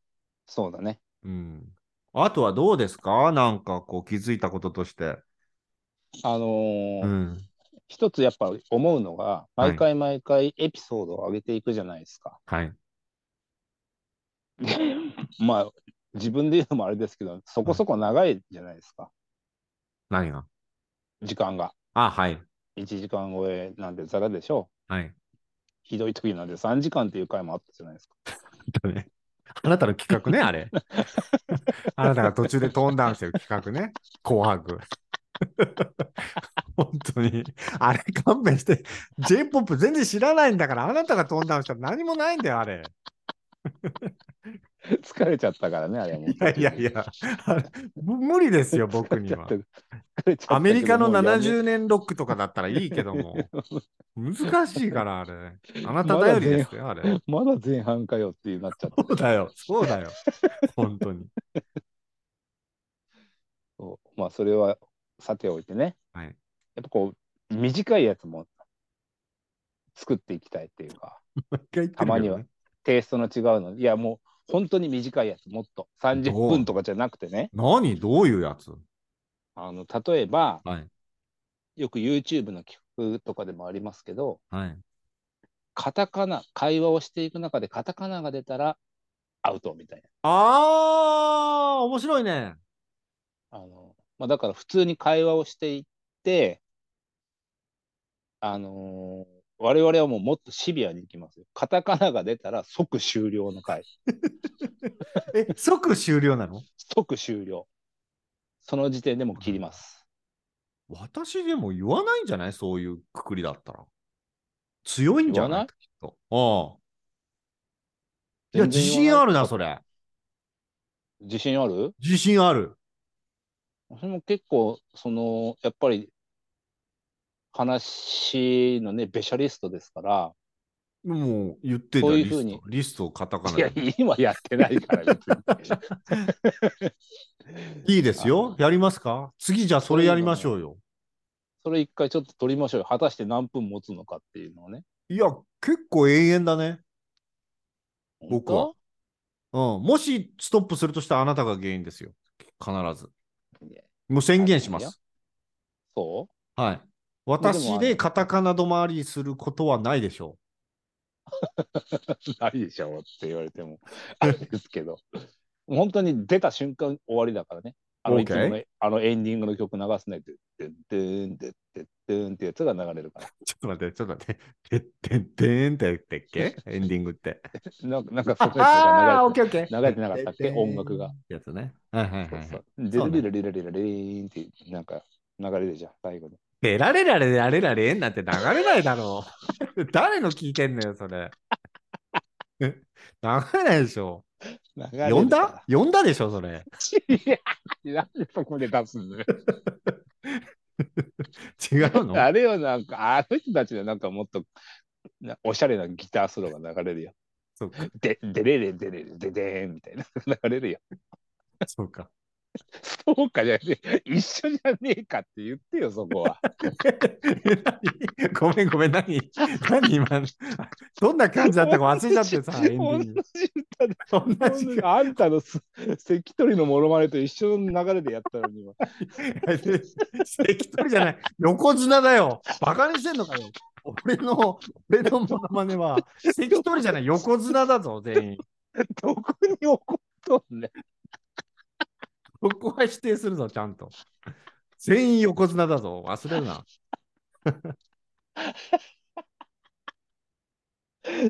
Speaker 2: そうだね。
Speaker 1: うん。あとはどうですかなんかこう気づいたこととして。
Speaker 2: あのー
Speaker 1: うん。
Speaker 2: 一つやっぱ思うのが、
Speaker 1: はい
Speaker 2: 毎回毎回エピソードを上げていくじゃないです か。
Speaker 1: はい。
Speaker 2: まあ、自分で言うのもあれですけど、そこそこ長いじゃないですか、
Speaker 1: 何が
Speaker 2: 時間が。
Speaker 1: あ、はい。
Speaker 2: 1時間超えなんてざらでしょう。
Speaker 1: はい。
Speaker 2: ひどい時なんで3時間っていう回もあったじゃないですか。
Speaker 1: ねあなたの企画ね、あれ。 あなたが途中で飛んだんですよ、企画ね。紅白。本当に。あれ勘弁して。J-POP 全然知らないんだから、あなたが飛んだんしたら何もないんだよ、あれ。
Speaker 2: 疲れちゃったからね、あれも。
Speaker 1: いやいやいや、あれ無理ですよ、僕には
Speaker 2: 疲。れちゃった
Speaker 1: アメリカの
Speaker 2: もう
Speaker 1: 70年ロックとかだったらいいけども、難しいから、あれ。あなた頼りですよ、あれ。
Speaker 2: やめ まだ前半かよっていうなっちゃ った。
Speaker 1: そうだよ、そうだよ。本当に。
Speaker 2: そうまあ、それはさておいてね。
Speaker 1: はい
Speaker 2: やっぱこう、短いやつも作っていきたいっていうか。
Speaker 1: 毎回言ってるけどね
Speaker 2: たまにはテイストの違うの。いや、もう本当に短いやつ、もっと。30
Speaker 1: どう
Speaker 2: 分とかじゃなくてね。
Speaker 1: 何どういうやつ
Speaker 2: あの例えば、
Speaker 1: はい
Speaker 2: よく YouTube の企画とかでもありますけど、
Speaker 1: はい。
Speaker 2: カタカナ、会話をしていく中でカタカナが出たらアウトみたい
Speaker 1: あー、面白いね。
Speaker 2: な。あのまあ、だから普通に会話をしていって、あのー我々はもうもっとシビアにいきますよ。カタカナが出たら即終了の回。
Speaker 1: え、即終了なの
Speaker 2: 即終了。その時点でもう切ります。
Speaker 1: 私でも言わないんじゃないそういうくくりだったら。強いんじゃない
Speaker 2: 言わない
Speaker 1: きっと。ああ。いや、自信あるな、それ。
Speaker 2: 自信ある
Speaker 1: 自信ある。
Speaker 2: 私も結構そのやっぱり話のねベシャリストですから
Speaker 1: もう言ってんだ
Speaker 2: そ
Speaker 1: よ
Speaker 2: ういう
Speaker 1: リ
Speaker 2: ふう
Speaker 1: ス
Speaker 2: に
Speaker 1: ト。リストをカタカナ
Speaker 2: いや
Speaker 1: で。
Speaker 2: 今やってないから別に
Speaker 1: いいですよ。やりますか次じゃあそれやりましょうよ。
Speaker 2: それ一回ちょっと取りましょうよ果たして何分持つのかっていうのをね
Speaker 1: いや、結構永遠だね。僕は
Speaker 2: 本
Speaker 1: うん。もしストップするとしたらあなたが原因ですよ。必ず。
Speaker 2: 当いや
Speaker 1: もう宣言します。
Speaker 2: そ
Speaker 1: はい。
Speaker 2: でも
Speaker 1: 私
Speaker 2: あれ
Speaker 1: でカタカナ止まりすることはないでしょ
Speaker 2: うないでしょって言われ てもあれですけど本当に出た瞬間終わりだからねあの
Speaker 1: OK
Speaker 2: いつものあのエンディングの曲流すねででんでんでででんってやつが流れるから
Speaker 1: う。ちょっと待って、ちょっと待って。てってんてんって言ってっけエンディングって。
Speaker 2: なんかなんかそこが流れて
Speaker 1: ケーオッケ
Speaker 2: 流れてなかったっけ音楽が。
Speaker 1: やつね。はいはい
Speaker 2: そ
Speaker 1: は
Speaker 2: う
Speaker 1: い
Speaker 2: そ。
Speaker 1: はいう
Speaker 2: リルリルリルリルリーンってなんか流れるじゃん、最後に。
Speaker 1: でられられられられなんて流れないだろ う。誰の聞いてんのよ、そ れ。流れないでしょ。
Speaker 2: 流れるから
Speaker 1: 呼んだ呼んだでしょ、それ。
Speaker 2: いや、なんでそこで出すの
Speaker 1: 違う の
Speaker 2: あれよ、なんか、あの人たちでなんかもっとなおしゃれなギターソロが流れるよ。
Speaker 1: そうか。
Speaker 2: で、でれれでれれででーんみたいな流れるよ。
Speaker 1: そうか。
Speaker 2: そうかじゃねえ一緒じゃねえかって言ってよ、そこは。
Speaker 1: 何ごめんごめん、何何今、どんな感じだったか忘れちゃ ってさ、エンディ
Speaker 2: 同
Speaker 1: ン
Speaker 2: じ
Speaker 1: グ。
Speaker 2: 歌で
Speaker 1: そんな時間
Speaker 2: あんたのす関取のモノマネと一緒の流れでやったのに今。
Speaker 1: 関取じゃない、横綱だよ。バカにしてんのかよ。俺の、俺のモノマネは、関取じゃない、横綱だぞ、全員。
Speaker 2: どこに怒っとんねん
Speaker 1: ここは否定するぞ、ちゃんと。全員横綱だぞ、忘れるな。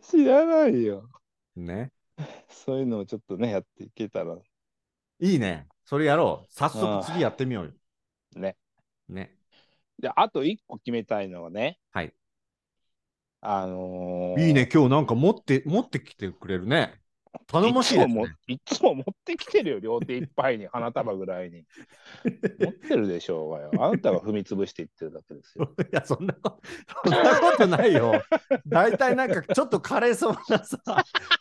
Speaker 2: 知らないよ。
Speaker 1: ね。
Speaker 2: そういうのをちょっとね、やっていけたら。
Speaker 1: いいね。それやろう。早速次やってみようよ。
Speaker 2: ね。
Speaker 1: ね。
Speaker 2: で、あと一個決めたいのはね。
Speaker 1: はい。
Speaker 2: あのー
Speaker 1: いいね、。今日なんか持って、持ってきてくれるね。頼もしいですね。
Speaker 2: いつももいつも持ってきてるよ、両手いっぱいに、花束ぐらい に。持ってるでしょうがよ。あなたが踏み潰していってるだけで すよ。
Speaker 1: いや、そんなこと、そんなことないよ。大体なんかちょっと枯れそうなさ、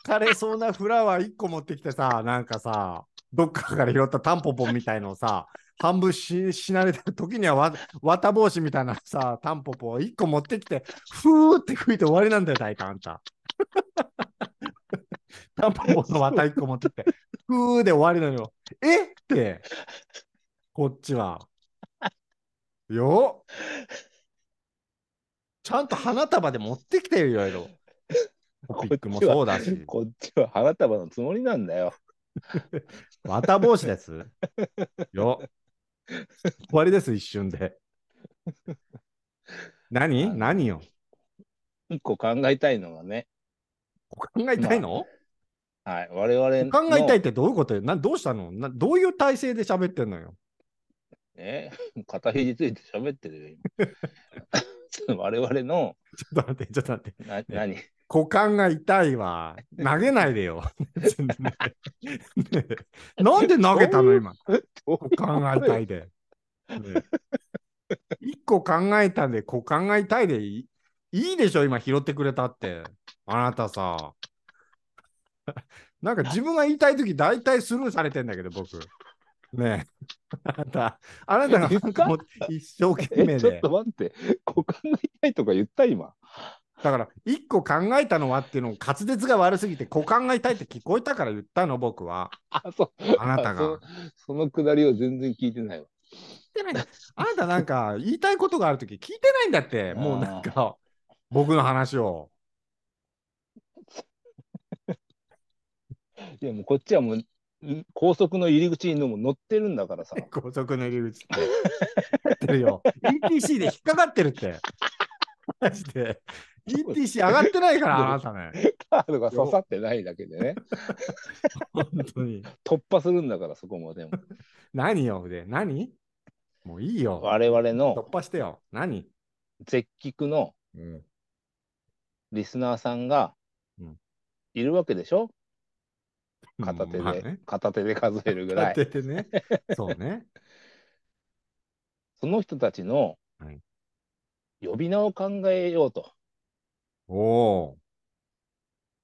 Speaker 1: 枯れそうなフラワー1個持ってきてさ、なんかさ、どっかから拾ったタンポポみたいのをさ、半分ししなれてる時にはわ 綿帽子みたいなさ、タンポポを1個持ってきて、ふーって吹いて終わりなんだよ、大体あんた。 タンポポの綿1個持ってきて、ふーで終わりなのよ。えって、こっちは。よっちゃんと花束で持ってきてよ、いろいろ。トピックもそうだし。
Speaker 2: こっちは花束のつもりなんだよ。
Speaker 1: 綿帽子 です。よ。終わりです、一瞬で。何何よ。
Speaker 2: 一個考えたいのがね、
Speaker 1: 考えたいの、
Speaker 2: はい、我々の
Speaker 1: 考えたいってどういうことよなどうしたのなどういう体勢で喋ってんのよ
Speaker 2: ね、肩肘ついて喋ってるよ、今ち ょっと我々の、
Speaker 1: ちょっと待って、ちょっと待って。
Speaker 2: な、何、
Speaker 1: 股間が痛い わ。投げないでよ。ねえなんで投げたの今。
Speaker 2: ど
Speaker 1: 股間が痛いで。ねえ一個考えたんで、股間が痛いでいいいいでしょ、今拾ってくれたって。あなたさ。 なんか自分が言いたいとき、大体スルーされてんだけど、僕。ねえ。あなた、あなたがなんかもう一生懸命
Speaker 2: え、ちょっ
Speaker 1: で。
Speaker 2: と待って、股間が痛いとか言った今。
Speaker 1: だから、一個考えたのはっていうのを滑舌が悪すぎて、股間が痛いって聞こえたから言ったの、僕は。
Speaker 2: あ、そう。
Speaker 1: あなたが
Speaker 2: そ。そのくだりを全然聞いてないわ。
Speaker 1: 聞いてないんだあなたなんか言いたいことがあるとき聞いてないんだって、もうなんか、僕の話を。
Speaker 2: いや、もうこっちはもう、ん高速の入り口にも乗ってるんだか らさ。
Speaker 1: 高速の入り口って。やってるよ。ETC で引っかかってるって。マジで。ETC 上がってないから、あなたね。
Speaker 2: カードが刺さってないだけ でね。
Speaker 1: 本当に。
Speaker 2: 突破するんだから、そこもでも。
Speaker 1: 何よ、で、何もういいよ。
Speaker 2: 我々の
Speaker 1: 突破してよ。何、
Speaker 2: 絶菊の
Speaker 1: うん、
Speaker 2: リスナーさんが
Speaker 1: うん
Speaker 2: いるわけでしょ片手で、
Speaker 1: まあね
Speaker 2: 片手で数えるぐら
Speaker 1: 片
Speaker 2: い。
Speaker 1: 手で ね。そうね。
Speaker 2: その人たちの
Speaker 1: はい
Speaker 2: 呼び名を考えようと。
Speaker 1: おお。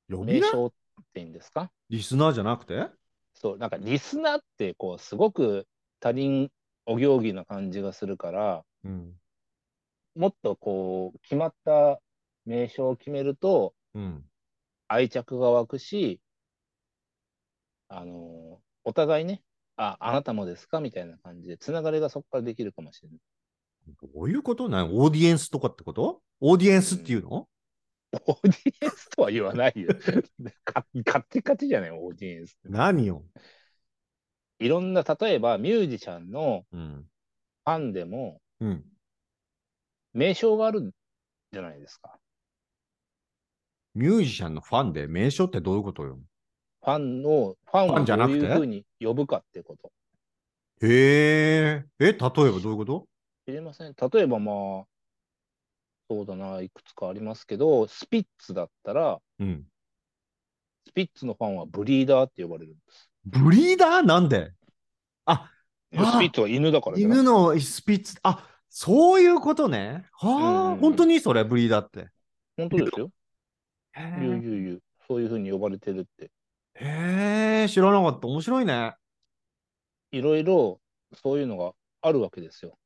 Speaker 1: 呼び名
Speaker 2: 名称っていいんですか
Speaker 1: リスナーじゃなくて
Speaker 2: そう、なんかリスナーってこう、すごく他人お行儀な感じがするから、
Speaker 1: うん。
Speaker 2: もっとこう、決まった名称を決めると、
Speaker 1: うん。
Speaker 2: 愛着が湧くし、あのお互いね、あ、あなたもですかみたいな感じで、つながりがそこからできるかもしれない。
Speaker 1: どういうことなオーディエンスとかってことオーディエンスっていうの、
Speaker 2: オーディエンスとは言わないよ。 か勝手勝手じゃない、オーディエンスって。
Speaker 1: 何を、
Speaker 2: いろんな、例えばミュージシャンの
Speaker 1: うん、
Speaker 2: ファンでも、
Speaker 1: うん。
Speaker 2: 名称があるじゃないですか。
Speaker 1: ミュージシャンのファンで名称ってどういうことよ
Speaker 2: ファンの、ファン
Speaker 1: ファ
Speaker 2: を
Speaker 1: ンじゃ
Speaker 2: ど
Speaker 1: な
Speaker 2: う
Speaker 1: くて
Speaker 2: いうふうに呼ぶかってこと。
Speaker 1: へえ。え、例えばどういうこと
Speaker 2: 知りません。例えばまあ、そうだな、いくつかありますけど、スピッツだったら、
Speaker 1: うん。
Speaker 2: スピッツのファンはブリーダーって呼ばれるんです。
Speaker 1: ブリーダーなんで
Speaker 2: いや
Speaker 1: あー
Speaker 2: スピッツは犬だからじゃない
Speaker 1: 犬のスピッツ。あ、そういうことね。はあ、
Speaker 2: うん
Speaker 1: 本当にそれ、ブリーダーって。
Speaker 2: 本当ですよ。
Speaker 1: へ
Speaker 2: ゆうゆうゆう。そういうふうに呼ばれてるって。
Speaker 1: え、へー知らなかった。面白いね。
Speaker 2: いろいろそういうのがあるわけですよ。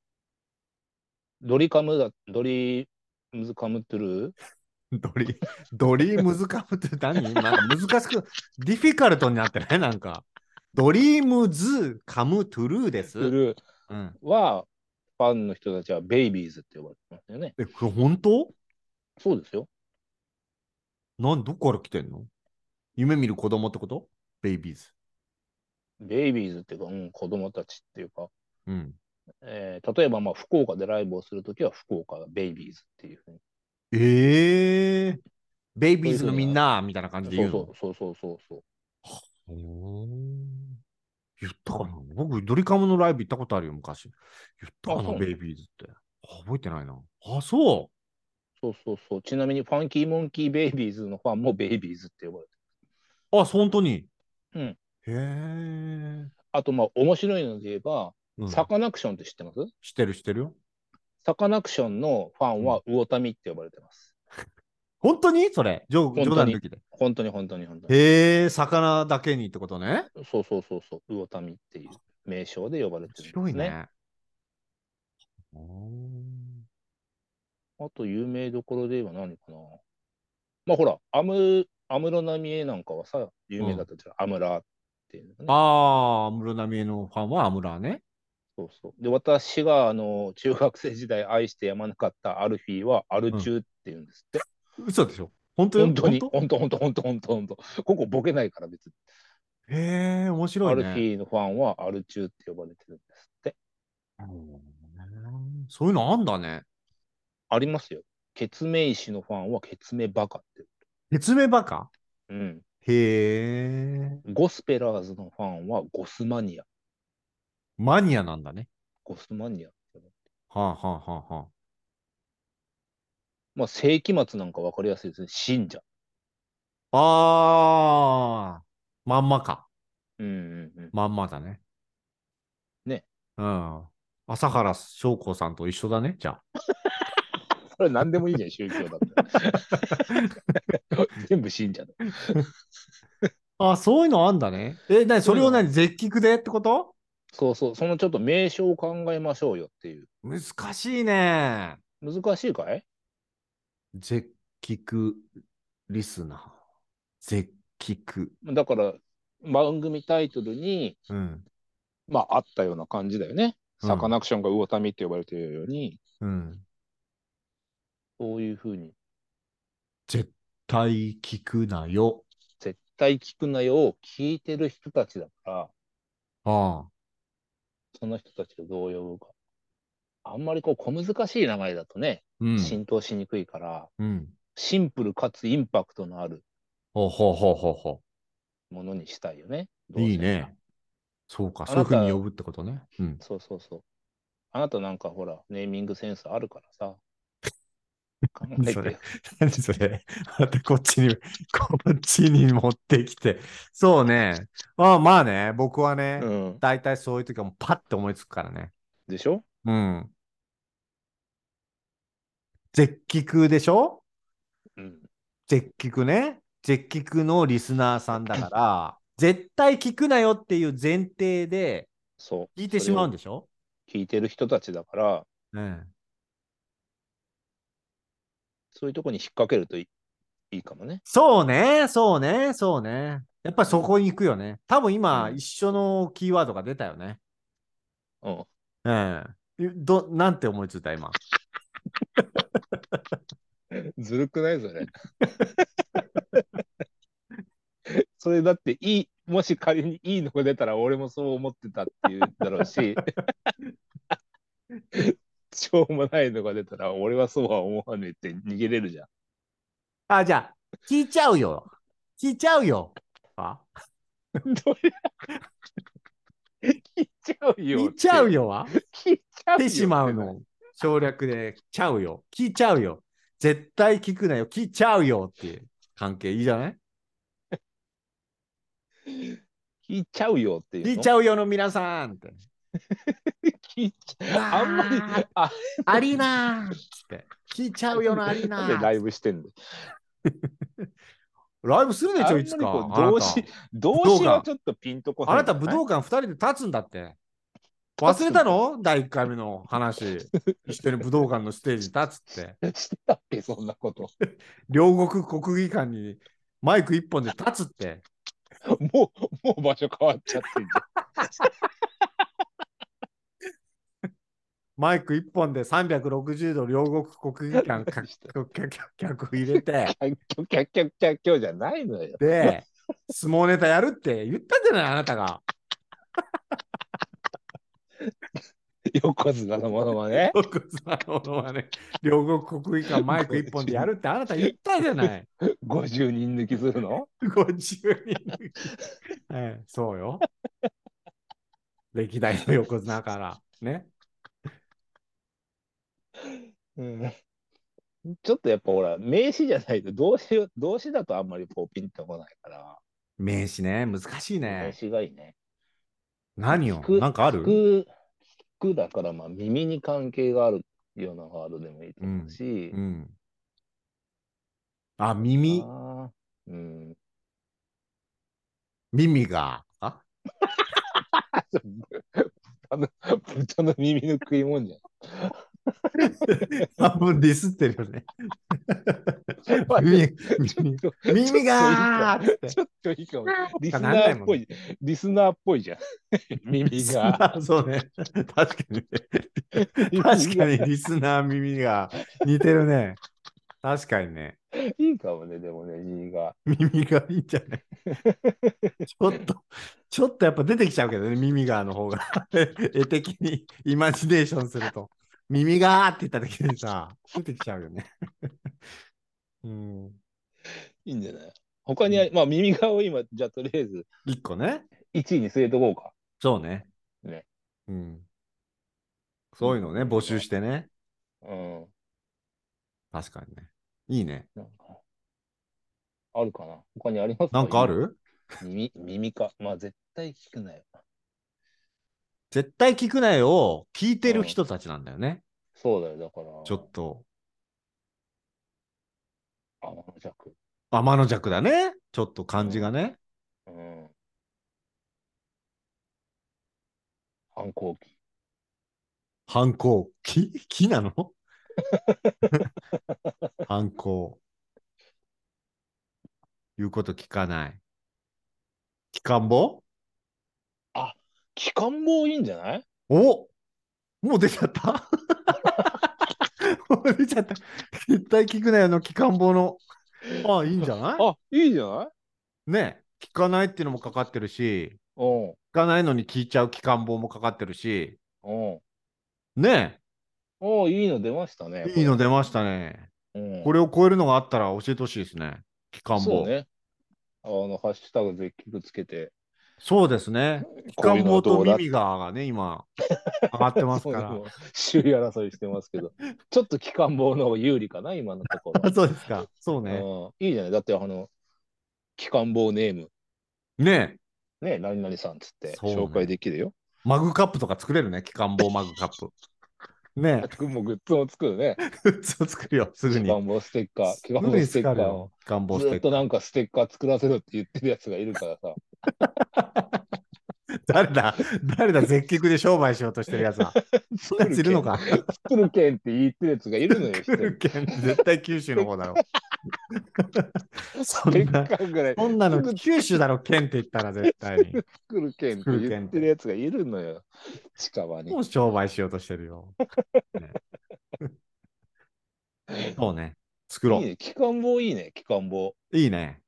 Speaker 2: ドリカムだ、ドリムズカムトゥルー
Speaker 1: ドリ、ドリームズカムって何なんか難しく、ディフィカルトになってないなんか。ドリームズカムトゥルーです。
Speaker 2: トゥルー
Speaker 1: うん。
Speaker 2: は、ファンの人たちはベイビーズって呼ばれてますよね。
Speaker 1: え、これ本当
Speaker 2: そうですよ。
Speaker 1: なん、どこから来てんの夢見る子供ってことベイビーズ。
Speaker 2: ベイビーズっていうか、うん、子供たちっていうか、
Speaker 1: うん。
Speaker 2: えー例えばまあ福岡でライブをするときは福岡ベイビーズっていうふうに。
Speaker 1: ええー。ベイビーズのみんな、みたいな感じで
Speaker 2: そ
Speaker 1: 言
Speaker 2: う
Speaker 1: うの。
Speaker 2: そうそうそうそうそう。
Speaker 1: ほー言ったかな僕、ドリカムのライブ行ったことあるよ、昔。言ったか
Speaker 2: あ
Speaker 1: な
Speaker 2: そう
Speaker 1: ベイビーズって。あ覚えてないな。あ、そう。
Speaker 2: そうそうそう。ちなみに、ファンキーモンキーベイビーズのファンもベイビーズって呼ばれてる。
Speaker 1: あ、本当に。
Speaker 2: うん
Speaker 1: へえ。
Speaker 2: あと、まあ、面白いので言えば、
Speaker 1: うん
Speaker 2: サカナクションって知ってます
Speaker 1: 知ってる、知ってるよ。
Speaker 2: サカナクションのファンは魚民って呼ばれてます。
Speaker 1: 本当にそれ。冗
Speaker 2: 本当に
Speaker 1: 冗談抜きで。
Speaker 2: 本当に本当に本当に。
Speaker 1: へえ、魚だけにってことね。
Speaker 2: そうそうそうそう。魚民っていう名称で呼ばれ
Speaker 1: 面
Speaker 2: てるんです
Speaker 1: 白い
Speaker 2: ね。
Speaker 1: ね。お
Speaker 2: あと、有名どころで言えば何かな。まあ、ほら、アム、アムロナミエなんかはさ、有名だったじゃん。アムラっていうのね。
Speaker 1: ーああ、安室奈美恵のファンは安室ね。
Speaker 2: そうそう。で、私が、あの、中学生時代愛してやまなかったアルフィーは、アル中って言うんですって。
Speaker 1: 嘘でしょ本当よ
Speaker 2: 本当に、本当、本当、本当、本当、本当。ここボケないから別に。
Speaker 1: へえ、面白
Speaker 2: ア
Speaker 1: い
Speaker 2: ル
Speaker 1: ね。
Speaker 2: フィーのファンはアル中って呼ばれてるんですって。
Speaker 1: うんそういうのあんだね。
Speaker 2: ありますよ。ケツメイシのファンはケツメバカって。
Speaker 1: 説明バカ
Speaker 2: うん。
Speaker 1: へえ。
Speaker 2: ゴスペラーズのファンはゴスマニア。
Speaker 1: マニアなんだね。
Speaker 2: ゴスマニアって。
Speaker 1: はあ、はあはあはあ、
Speaker 2: まあ、世紀末なんかわかりやすいですね。信者。
Speaker 1: あー、まんまか。
Speaker 2: うんうん うん。
Speaker 1: まんまだね。
Speaker 2: ね。
Speaker 1: うん。朝原翔子さんと一緒だね、じゃあ。
Speaker 2: それ何でもいいじゃん、宗教だって。 全部信者だ。
Speaker 1: あーそういうのあんだね。え、なに、それを
Speaker 2: そういうのあ
Speaker 1: 何、絶菊でってこと
Speaker 2: そうそう、そのちょっと名称を考えましょうよっていう。
Speaker 1: 難しいね。
Speaker 2: 難しいかい
Speaker 1: 絶菊リスナー。絶菊。
Speaker 2: だから、番組タイトルに、
Speaker 1: うん。
Speaker 2: まあ、あったような感じだよね。
Speaker 1: うん
Speaker 2: サカナクションが魚民って呼ばれてるように、
Speaker 1: うん。
Speaker 2: そういうふうに、
Speaker 1: 絶対聞くなよ。
Speaker 2: 絶対聞くなよを聞いてる人たちだから、
Speaker 1: あ
Speaker 2: その人たちをどう呼ぶか。あんまりこう、小難しい名前だとね、
Speaker 1: あ。うん。
Speaker 2: 浸透しにくいから、
Speaker 1: うん。
Speaker 2: シンプルかつインパクトのある
Speaker 1: ほうほうほうほうほ
Speaker 2: ものにしたいよね。
Speaker 1: う。
Speaker 2: どうせ
Speaker 1: いいね。。そうか、
Speaker 2: あ
Speaker 1: そうい
Speaker 2: な
Speaker 1: う
Speaker 2: た
Speaker 1: ふうに呼ぶってことね。うん。
Speaker 2: そうそうそう。あなたなんかほら、ネーミングセンスあるか らさ。考えて
Speaker 1: そ
Speaker 2: よ
Speaker 1: れ何それまたこっちに、こっちに持ってきて。そうね。ああまあね、僕はね、
Speaker 2: うん。
Speaker 1: 大体そういう時はもうパッて思いつくからね。
Speaker 2: でしょ
Speaker 1: うん。絶菊でしょ
Speaker 2: うん。
Speaker 1: 絶菊ね。絶菊のリスナーさんだから、絶対聞くなよっていう前提で
Speaker 2: そう。
Speaker 1: 聞いてしまうん
Speaker 2: で
Speaker 1: でしょ
Speaker 2: 聞いてる人たちだから、
Speaker 1: うん。
Speaker 2: そういうとこに引っ掛けるといいいいかもね。
Speaker 1: そうね、そうね、そうね。やっぱりそこに行くよね。多分今、
Speaker 2: うん
Speaker 1: 一緒のキーワードが出たよね。
Speaker 2: うん。
Speaker 1: うん。ど、なんて思いついた今。
Speaker 2: ずるくないそれ。 それだっていい、もし仮にいいのが出たら俺もそう思ってたっていうだろう し、しょうもないのが出たら俺はそうは思わねえって逃げれるじゃん。
Speaker 1: あ、じゃあ、聞いちゃうよ。聞いちゃうよ。あ
Speaker 2: どれ 聞いちゃうよ。
Speaker 1: 聞いちゃう
Speaker 2: よ。
Speaker 1: よは
Speaker 2: 聞いちゃうよ。
Speaker 1: ってしまうの。省略で、ちゃうよ。聞いちゃうよ。絶対聞くなよ。聞いちゃうよっていう関係いいじゃない
Speaker 2: 聞いちゃうよっていうの。
Speaker 1: 聞いちゃうよの皆さんって。
Speaker 2: 聞いちゃう。あんまり
Speaker 1: わー、
Speaker 2: あ
Speaker 1: アリーナーっつって。聞いちゃうよのアリーナ
Speaker 2: なんでライ
Speaker 1: ー。
Speaker 2: ブしてんの
Speaker 1: ライブするでし
Speaker 2: あん
Speaker 1: ょ、
Speaker 2: ま
Speaker 1: い
Speaker 2: り
Speaker 1: つか。
Speaker 2: こう
Speaker 1: あなた
Speaker 2: 動詞、動詞はちょっとピンとこない。
Speaker 1: あなた武道館2人で立つんだって。忘れたの第1回目の話。一緒に武道館のステージに立つって。
Speaker 2: してたっけ、そんなこと。
Speaker 1: 両国国技館にマイク1本で立つって。
Speaker 2: もう、もう場所変わっちゃってんじ
Speaker 1: マイク1本で360度両国国技館 か客客入れて。
Speaker 2: ゃん。キャッキャッキャッキャッキャッじゃないのよ。
Speaker 1: で、相撲ネタやるって言ったんじゃないあなたが。
Speaker 2: 横綱のものまね。
Speaker 1: 奥さんのものはね、両国国技館マイク1本でやるってあなた言ったじゃない。
Speaker 2: 50人抜きするの
Speaker 1: 50人抜き。 ええ、そうよ。歴代の横綱から。ね。
Speaker 2: うんちょっとやっぱほら、名詞じゃないと動詞、動詞だとあんまりこうピンとこないから、
Speaker 1: 名詞ね、難しい
Speaker 2: 名
Speaker 1: ね。
Speaker 2: 詞がいいね。
Speaker 1: 何を
Speaker 2: 聞く
Speaker 1: なんかある
Speaker 2: 聞く、聞くだから、まあ耳に関係があるようなワードでもいいと思うし
Speaker 1: う、ん。あ、耳、
Speaker 2: あーうん、
Speaker 1: 耳が。 あ
Speaker 2: あの豚の耳の食い物じゃん。
Speaker 1: 半分ディスってるよね。 耳
Speaker 2: ちょっと
Speaker 1: 耳がーっ
Speaker 2: ちょっといいかも。リス
Speaker 1: 何
Speaker 2: ナ
Speaker 1: 回
Speaker 2: ーっ
Speaker 1: も
Speaker 2: ぽい、リスナーっぽいじゃん。 耳が。
Speaker 1: て。 そうね。確か にね。
Speaker 2: 確
Speaker 1: 確かにリスナー耳が似てるね。確かにね。
Speaker 2: いいかもね、でもね、耳が。
Speaker 1: 耳がいいんじゃないちょっと、ちょっとやっぱ出てきちゃうけどね、耳がの方が。 絵的にイマジネーションすると。耳がーって言った時にさ、出てきちゃうよね。 うん。
Speaker 2: いいんじゃない他にあり、まあ耳がを今、じゃあとりあえず
Speaker 1: 一個ね。
Speaker 2: 1位に据えとこうか。
Speaker 1: そうね。
Speaker 2: ね。
Speaker 1: うん。そういうのね、募集してね。
Speaker 2: うん。
Speaker 1: 確かにね。いいね。
Speaker 2: なんかあるかな他にあります
Speaker 1: なんかある
Speaker 2: 耳耳か。まあ絶対聞くなよ。
Speaker 1: 絶対聞くなよを聞いてる人たちなんだよね。
Speaker 2: そうだよ、だから。
Speaker 1: ちょっと。
Speaker 2: あ、天の弱。
Speaker 1: 天の弱だね。ちょっと感じがね。
Speaker 2: うん。反抗期。
Speaker 1: 反抗。木木なの 反抗。言うこと聞かない。聞かんぼ
Speaker 2: 期間棒いいんじゃない
Speaker 1: おもう出ちゃった もう出ちゃった。絶対聞くなよの聞かんぼの。ああ、いいんじゃない
Speaker 2: あ、いいじゃない
Speaker 1: ねえ聞かないっていうのもかかってるし、
Speaker 2: うん。
Speaker 1: 聞かないのに聞いちゃう聞かんぼもかかってるし、
Speaker 2: うん。
Speaker 1: ね
Speaker 2: おーいいの出ましたね。
Speaker 1: えいいの出ましたね。
Speaker 2: うん
Speaker 1: これを超えるのがあったら教えてほしいですね。聞かんぼ。
Speaker 2: そうね。あの、ハッシュタグで聞くつけて。
Speaker 1: そうですね。期
Speaker 2: こう
Speaker 1: 間
Speaker 2: いうのは
Speaker 1: 棒
Speaker 2: ど
Speaker 1: と
Speaker 2: うだ
Speaker 1: 耳ががね、今、上がってますか
Speaker 2: そう
Speaker 1: ら。
Speaker 2: 首位争いして ますけど、ちょっと期間棒の方が有利かな、今のとこ ろ。
Speaker 1: あそうですか。そう ね。
Speaker 2: うんいいじゃない。だって、あの、期間棒ネーム、
Speaker 1: ねえ
Speaker 2: ね、何々さんっつって
Speaker 1: そうね
Speaker 2: 紹介できるよ。
Speaker 1: マグカップとか作れるね。期間棒マグカッ プ。ね
Speaker 2: あともうグッズも作るね。
Speaker 1: え、グッズを作るよ、すぐ
Speaker 2: 期
Speaker 1: に。
Speaker 2: 間棒ステッカー、期間
Speaker 1: すぐ
Speaker 2: 棒
Speaker 1: に
Speaker 2: ステッカ
Speaker 1: 使う
Speaker 2: ー
Speaker 1: よ
Speaker 2: を。
Speaker 1: 期間棒
Speaker 2: ず
Speaker 1: ステ
Speaker 2: ーっ
Speaker 1: ッカ
Speaker 2: と
Speaker 1: ー。
Speaker 2: なんかステッカー作らせろって言ってるやつがいるから さ。
Speaker 1: 誰だ誰だ絶菊で商売しようとしてるやつ は。そんなやついるのか
Speaker 2: 作るけんって言ってるやつがいるのよ。
Speaker 1: 来るけん絶対九州の方だ ろ。そ
Speaker 2: ステ
Speaker 1: ん
Speaker 2: ッ
Speaker 1: な、
Speaker 2: カーぐら い。
Speaker 1: そんな
Speaker 2: す
Speaker 1: の
Speaker 2: ぐ
Speaker 1: 九州だろ、県って言ったら絶対 に。
Speaker 2: 作るけんって言ってるやつがいるのよ。近場に
Speaker 1: もう。商売しようとしてるよ。ねそうね。作ろ
Speaker 2: いいね、機関棒いいね、機関棒。
Speaker 1: う。いいね。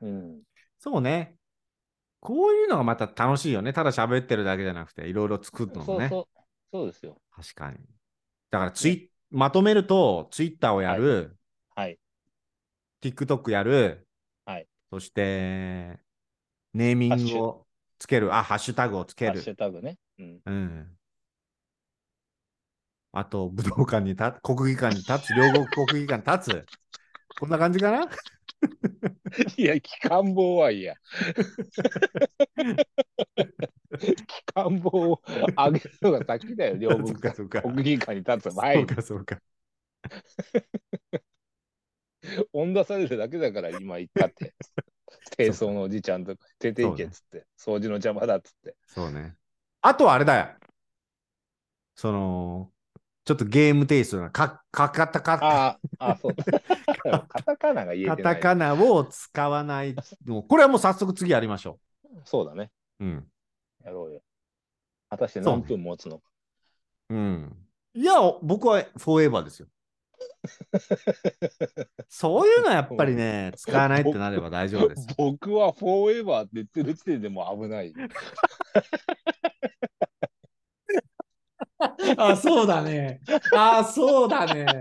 Speaker 2: うん。
Speaker 1: そうね。こういうのがまた楽しいよね。ただ喋ってるだけじゃなくて、いろいろ作るの
Speaker 2: そ
Speaker 1: も
Speaker 2: う
Speaker 1: ね。
Speaker 2: そう。そうですよ。
Speaker 1: 確かに。だからツイ、まとめると、ツイッターをやる、
Speaker 2: はい。
Speaker 1: TikTok やる、
Speaker 2: はい
Speaker 1: そして、ネーミングをつける、あ、ハッシュタグをつけ
Speaker 2: ハッシ
Speaker 1: る。
Speaker 2: ュタグね。うん。
Speaker 1: うん。あと、武道館に立つ、国技館に 立つ、両国国技館に立つ。こんな感じかない
Speaker 2: や、機関棒はい いや。機関棒を上げるのが先だよ、両
Speaker 1: そ
Speaker 2: 国
Speaker 1: うか、そう か。
Speaker 2: 国技館に立つ
Speaker 1: そ
Speaker 2: 前
Speaker 1: う
Speaker 2: に
Speaker 1: か、そうか。
Speaker 2: 追ん出されるだけだから今行った って。低層のおじちゃんとか出ていけっつって、掃除の邪魔だっつって。
Speaker 1: そうね。あとはあれだよ。その、ちょっとゲームテイストな、か、かかたか、
Speaker 2: ああ、あ あそう。カタカナが言え
Speaker 1: カ
Speaker 2: てな
Speaker 1: タ
Speaker 2: い。
Speaker 1: カナを使わない。もうこれはもう早速次やりましょ
Speaker 2: そうだね。
Speaker 1: う。うん。
Speaker 2: やろうよ。果たして何分持つのか。
Speaker 1: うん。いや、お僕はフォーエバー ですよ。そういうのはやっぱりね、使わないってなれば大丈夫です。
Speaker 2: 僕はフォーエバーって言ってる時点でもう危ない。
Speaker 1: あ、そうだね。あ、そうだね。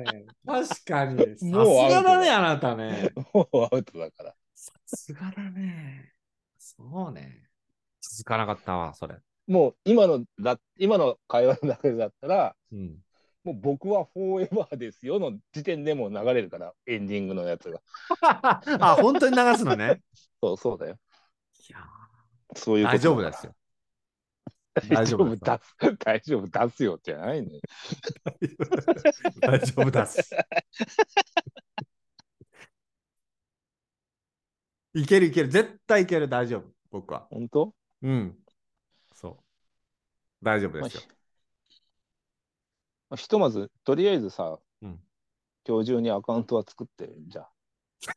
Speaker 1: 確かに。さす
Speaker 2: もうアウトだ
Speaker 1: あなたね。
Speaker 2: もうアウトだから。
Speaker 1: さすがだね。そうね。続かなかったわ、それ。
Speaker 2: もう今のだ今の会話の中でだったら、
Speaker 1: うん。
Speaker 2: もう僕はフォーエバーですよの時点でもう流れるから、エンディングのやつが。
Speaker 1: あ、本当に流すのね。
Speaker 2: そうそうだよ。
Speaker 1: いや
Speaker 2: そういうこと
Speaker 1: 大丈夫ですよ。大
Speaker 2: 大
Speaker 1: 丈夫
Speaker 2: 丈夫
Speaker 1: だ
Speaker 2: だ す。大丈夫出すよじゃな いのよ。
Speaker 1: 大丈夫だし。いけるいける。絶対いける。大丈夫。僕は。
Speaker 2: 本当
Speaker 1: うん。そう。大丈夫ですよ。
Speaker 2: まあひまあひとまず、とりあえずさ、
Speaker 1: うん
Speaker 2: 今日中にアカウントは作って、じゃあ。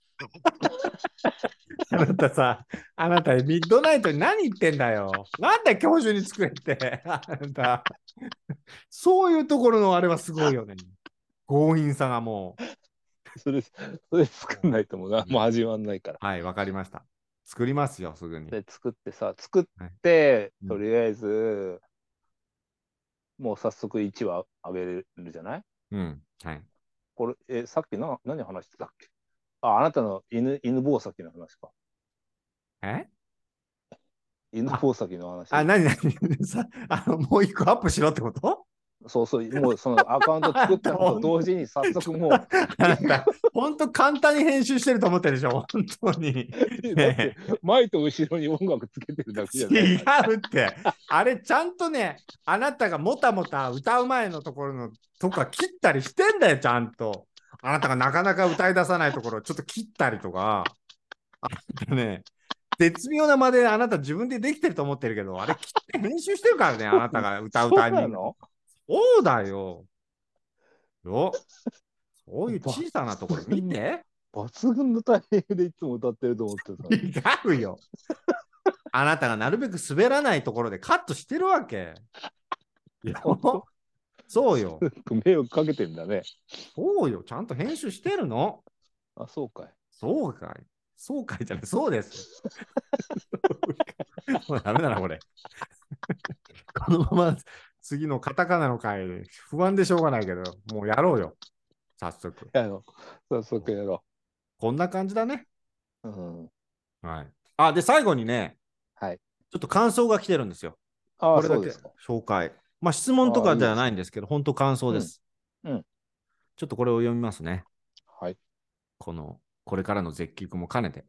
Speaker 1: あなたさ、あなたミッドナイトに何言ってんだよ。なんで教授に作れって。あなた、そういうところのあれはすごいよね。強引さがも
Speaker 2: それ、それ作んないともうな、もう始まんないから。
Speaker 1: う、はい、わかりました。作りますよ、すぐに。
Speaker 2: で、作ってさ、作って、
Speaker 1: うん
Speaker 2: とりあえず、もう早速1話上げれるじゃない
Speaker 1: うん。はい。
Speaker 2: これ、え、さっきな、何話してたっけあ、あなたの犬、犬吠埼の話か。
Speaker 1: え
Speaker 2: 犬吠埼の話。
Speaker 1: あ、なになにさあの、もう一個アップしろってこと
Speaker 2: そうそう、もうそのアカウント作ったのと同時に早 速もう、だ
Speaker 1: あなた、ほんと簡単に編集してると思ってるでしょ、本当に。
Speaker 2: って前と後ろに音楽つけてるだけじゃな
Speaker 1: 違。
Speaker 2: いう
Speaker 1: って、あれちゃんとね、あなたがもたもた歌う前のところのとか切ったりしてんだよ、ちゃんと。あなたがなかなか歌い出さないところをちょっと切ったりとか。あなたね、絶妙なまであなた自分でできてると思ってるけど、あれ切って編集してるからね、あなたが 歌うタイミ
Speaker 2: そうな
Speaker 1: ング。
Speaker 2: の
Speaker 1: そうだよ。よ。そういう小さなところ見て。
Speaker 2: 抜群のタイミングでいつも歌ってると思ってたの に。
Speaker 1: 違うよ。あなたがなるべく滑らないところでカットしてるわけ。
Speaker 2: 本当
Speaker 1: そうよ。
Speaker 2: 迷惑かけてんだね。
Speaker 1: そうよ。ちゃんと編集してるの。
Speaker 2: あ、そうかい。
Speaker 1: そうかい。そうかいじゃない。そうです。もうダメだな、これ。このまま次のカタカナの回で不安でしょうがないけど、もうやろうよ。早速。
Speaker 2: やろう。早速やろ
Speaker 1: こんな感じだね。
Speaker 2: う。うん。
Speaker 1: はい。あ、で、最後にね、
Speaker 2: はい。
Speaker 1: ちょっと感想が来てるんですよ。
Speaker 2: あ
Speaker 1: こ
Speaker 2: あ、
Speaker 1: れ
Speaker 2: そ
Speaker 1: だ
Speaker 2: う
Speaker 1: け
Speaker 2: ですか。
Speaker 1: 紹介。まあ質問とかではないんですけど、本当感想です、
Speaker 2: うんうん
Speaker 1: ちょっとこれを読みますね。
Speaker 2: はい。
Speaker 1: この、これからの絶句も兼ねて。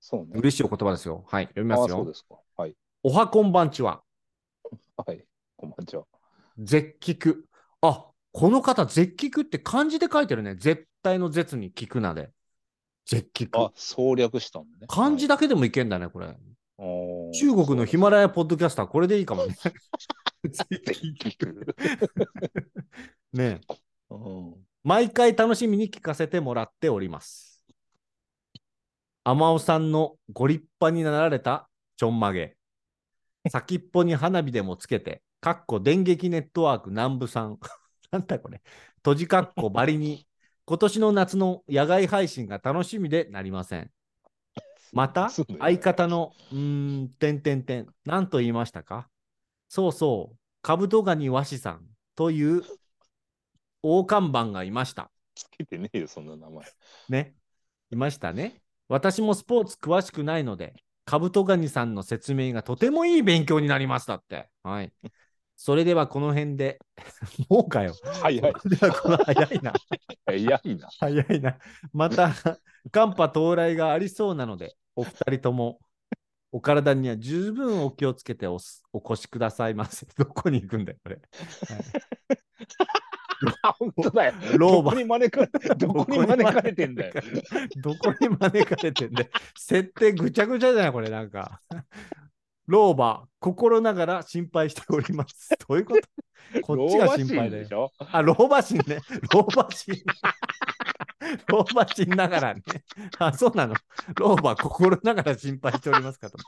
Speaker 2: そうね。
Speaker 1: 嬉しいお言葉ですよ。はい、読み
Speaker 2: あ
Speaker 1: ま
Speaker 2: あ、
Speaker 1: す
Speaker 2: そう
Speaker 1: よ
Speaker 2: で。すか。はい。
Speaker 1: おはこんばんちは、
Speaker 2: はい。こんばんちは。
Speaker 1: 絶句。あ、この方、絶句って漢字で書いてるね。絶対の絶に聞くなで。絶句。
Speaker 2: あ、省略したんだね。
Speaker 1: 漢字だけでもいけんだね、これ。
Speaker 2: はい。おー
Speaker 1: 中国のヒマラヤポッドキャスター、これでいいか もね。 ねえ
Speaker 2: うん。
Speaker 1: 毎回楽しみに聞かせてもらっております。天尾さんのご立派になられたちょんまげ。先っぽに花火でもつけて、かっこ電撃ネットワーク南部さん。 なんだこれ。閉じかっこばりに。今年の夏の野外配信が楽しみでなりません。また、
Speaker 2: そうだよね
Speaker 1: 相方の、うーん、てんてんてん、なんと言いましたかそうそう、カブトガニワシさんという大看板がいました。
Speaker 2: つけてねえよ、そんな名前。
Speaker 1: ね。いましたね。私もスポーツ詳しくないので、カブトガニさんの説明がとてもいい勉強になりましたって。はい。それではこの辺で、 もうかよ。
Speaker 2: 早い。
Speaker 1: それではこの早いな。
Speaker 2: 早いな。
Speaker 1: 早いな。また、寒波到来がありそうなので、お二人とも、お体には十分お気をつけておすお越しくださいませ。どこに行くんだよ、これ。
Speaker 2: あ、本当だよ。
Speaker 1: 老婆
Speaker 2: どこに招 かれ、どこに招かれてんだよ。
Speaker 1: どこに招かれてんだよ。設定ぐちゃぐちゃじゃない、これ、なんか。老婆、心ながら心配しております。どういうことこっちが心配だよ
Speaker 2: 老婆心でし。ょ。
Speaker 1: あ、老婆心ね。老婆心。老婆心ながらね。あ、そうなの。老婆心ながら心配しておりますかと。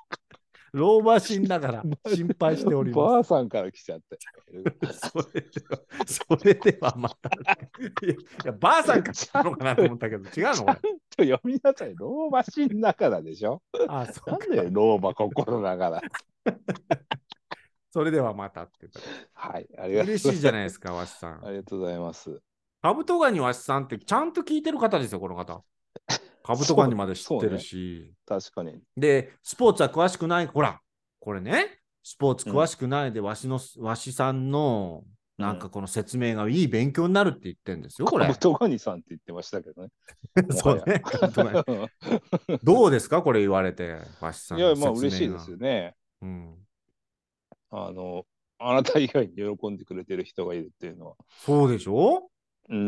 Speaker 1: 老婆心ながら心配しております。
Speaker 2: ばあさんから来ちゃって。
Speaker 1: それでは、それではまた。いやいや、ばあさんから来たのかなと思ったけど、違うのこれ
Speaker 2: ちょっと読みなさい。老婆心の中だでしょ。
Speaker 1: あ、そ
Speaker 2: な
Speaker 1: うん
Speaker 2: だよ、老婆心ながら。
Speaker 1: それではまたっていうこと
Speaker 2: はい、ありがとう
Speaker 1: 嬉しいじゃないですか、わしさん
Speaker 2: あ。りがとうございます。
Speaker 1: カブトガニわしさんってちゃんと聞いてる方ですよ、この 方。カブトガニまで知ってるし。
Speaker 2: 確かに。
Speaker 1: で、スポーツは詳しくない、ほら、これね、スポーツ詳しくないで、わしの、わしさんの、なんかこの説明がいい勉強になるって言ってんですよ、これ
Speaker 2: カブ。トガニさんって言ってましたけどね。
Speaker 1: そうね。カブトガニどうですか、これ言われて、わしさん
Speaker 2: い
Speaker 1: の
Speaker 2: や、
Speaker 1: 説明
Speaker 2: まあ
Speaker 1: が。
Speaker 2: 嬉しいですよね。
Speaker 1: うん。
Speaker 2: あの、あなた以外に喜んでくれてる人がいるっていうのは。
Speaker 1: そうでしょ
Speaker 2: うんうんう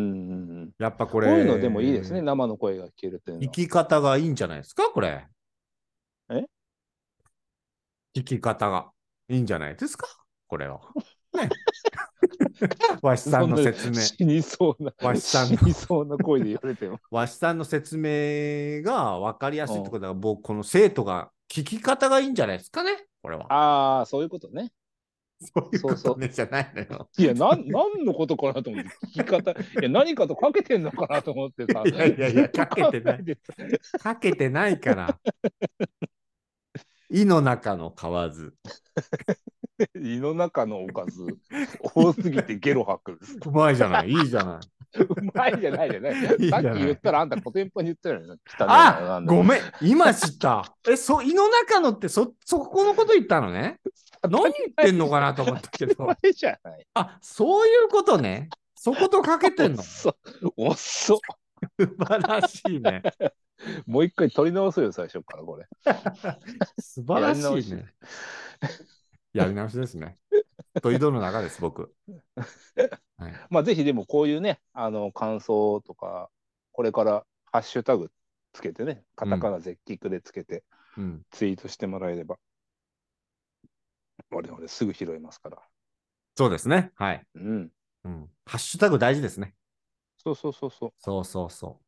Speaker 2: ん。
Speaker 1: やっぱこ
Speaker 2: こう
Speaker 1: れ。
Speaker 2: いうのでもいいですね、。生の声が聞けるっていうの
Speaker 1: 生
Speaker 2: は。
Speaker 1: き方がいいんじゃないですか、これ。
Speaker 2: え
Speaker 1: 生き方がいいんじゃないですか、これは。 わしさんの説明。
Speaker 2: 死にそうな、
Speaker 1: わしさん
Speaker 2: 死
Speaker 1: の
Speaker 2: にそうな声で言われても。
Speaker 1: わしさんの説明が分かりやすいってことは、僕、この生徒が聞き方がいいんじゃないですかね、これは。
Speaker 2: ああ、そういうことね。
Speaker 1: そういうこ
Speaker 2: そうそ
Speaker 1: と
Speaker 2: う
Speaker 1: ねじゃないのよ。
Speaker 2: いや、なん、何のことかなと思って、聞き方、いや、何かとかけてんのかなと思ってさ。
Speaker 1: いやいやいやかけてない
Speaker 2: ずっと考えて
Speaker 1: かけてない から。胃の中の蛙。
Speaker 2: た 胃の中のおかず、多すぎてゲロ吐く。
Speaker 1: うまいじゃない、いいじゃない。
Speaker 2: うまいじゃないじゃない。
Speaker 1: いじ
Speaker 2: さ
Speaker 1: ゃな
Speaker 2: っ
Speaker 1: い
Speaker 2: き言ったら、あんた古典版に言ったよね。汚いなな
Speaker 1: あ
Speaker 2: んだ
Speaker 1: ごめん、今知 った。え、そ胃の中のってそ、そこのこと言ったの ね。何言ってんのかなと思ったけ
Speaker 2: う
Speaker 1: ど
Speaker 2: ま。いじゃない。
Speaker 1: あ、そういうことね。そことかけてんの。素
Speaker 2: 遅っ遅っ
Speaker 1: 晴らしいね。
Speaker 2: もう一回取り直すよ、最初からこれ。
Speaker 1: 素晴ら
Speaker 2: やり直
Speaker 1: しい
Speaker 2: し
Speaker 1: ね。やり直しですね。と井戸の中です、僕。
Speaker 2: まあ、ぜひでもこういうね、あの、感想とか、これからハッシュタグつけてね、カタカナ絶キクでつけて、
Speaker 1: うん。
Speaker 2: ツイートしてもらえれば、我々すぐ拾いますから。
Speaker 1: そうですね。はい。
Speaker 2: うん。
Speaker 1: うん。ハッシュタグ大事ですね。
Speaker 2: そうそうそうそう。
Speaker 1: そうそうそ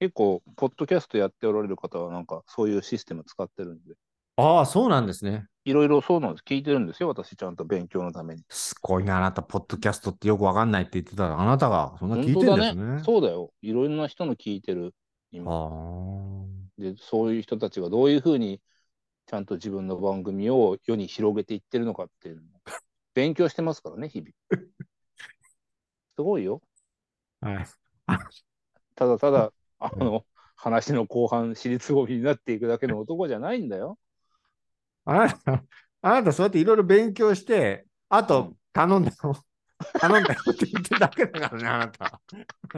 Speaker 2: 結構、ポッドキャストやっておられる方は、なんか、そういうシステム使ってるんで、
Speaker 1: う。ああ、そうなんですね。
Speaker 2: いろいろそうなんです。聞いてるんですよ、私、ちゃんと勉強のために。
Speaker 1: すごいな、あなた、ポッドキャストってよくわかんないって言ってたら、あなたがそんな聞いてるんですね。
Speaker 2: そうだよ。いろんな人の聞いてる、今。
Speaker 1: あ
Speaker 2: で、そういう人たちがどういうふうに、ちゃんと自分の番組を世に広げていってるのかっていうのを、勉強してますからね、 日々。すごいよ。
Speaker 1: あ。はい。
Speaker 2: ただただ、あの、話の後半、尻つぼみになっていくだけの男じゃないんだよ。
Speaker 1: あなた、 あなた、そうやっていろいろ勉強して、あ
Speaker 2: う
Speaker 1: と
Speaker 2: ん、
Speaker 1: 頼んだの、 頼んだよって言ってるだけだからね、あなた。あ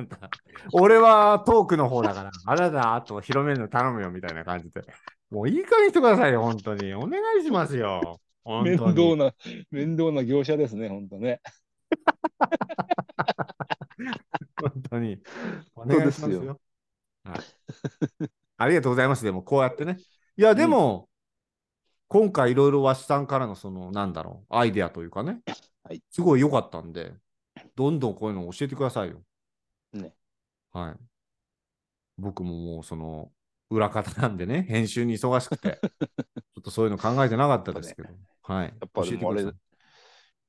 Speaker 1: なた俺はトークの方だから、あなた、あと広めるの頼むよみたいな感じで。もういい加減にしてくださいよ、本当に。お願いしますよ。本
Speaker 2: 面
Speaker 1: 当
Speaker 2: 倒
Speaker 1: に。
Speaker 2: な、面倒な業者ですね、本当ね。
Speaker 1: 本当に。お願いし
Speaker 2: そ
Speaker 1: ます
Speaker 2: うです
Speaker 1: よ。はい、 ありがとうございます。でも、こうやってね。いや、でも、今回いろいろわしさんからの、その、なんだろう、アイデアというかね、
Speaker 2: はい
Speaker 1: すごい良かったんで、どんどんこういうのを教えてくださいよ。
Speaker 2: ね。
Speaker 1: はい。僕ももう、その、裏方なんでね、編集に忙しく て、ちょっとそういうの考えてなかったですけど、はい。
Speaker 2: っぱ
Speaker 1: 教え
Speaker 2: でも
Speaker 1: てください
Speaker 2: あれ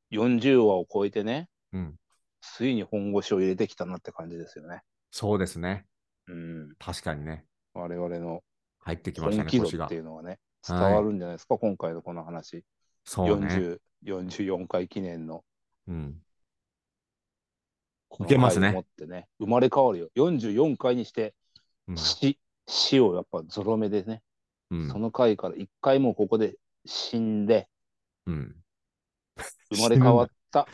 Speaker 2: 40話を超えてね、
Speaker 1: うん、
Speaker 2: ついに本腰を入れてきたなって感じですよね。
Speaker 1: そうですね。
Speaker 2: うん。
Speaker 1: 確かにね、
Speaker 2: 我々の
Speaker 1: 入ってきました
Speaker 2: 本
Speaker 1: ね、
Speaker 2: 気
Speaker 1: 腰
Speaker 2: 度っ
Speaker 1: が
Speaker 2: て。いうのがね、伝
Speaker 1: はい
Speaker 2: わるんじゃないですか、今回のこの話。
Speaker 1: そうね。
Speaker 2: 40 44回記念の。
Speaker 1: うん。
Speaker 2: この
Speaker 1: いけますね
Speaker 2: 回をもってね。生まれ変わるよ。44回にして、
Speaker 1: うん
Speaker 2: 死、死をやっぱゾロ目でね、
Speaker 1: うん
Speaker 2: その回から一回もうここで死んで、
Speaker 1: うん。
Speaker 2: 生まれ変わった。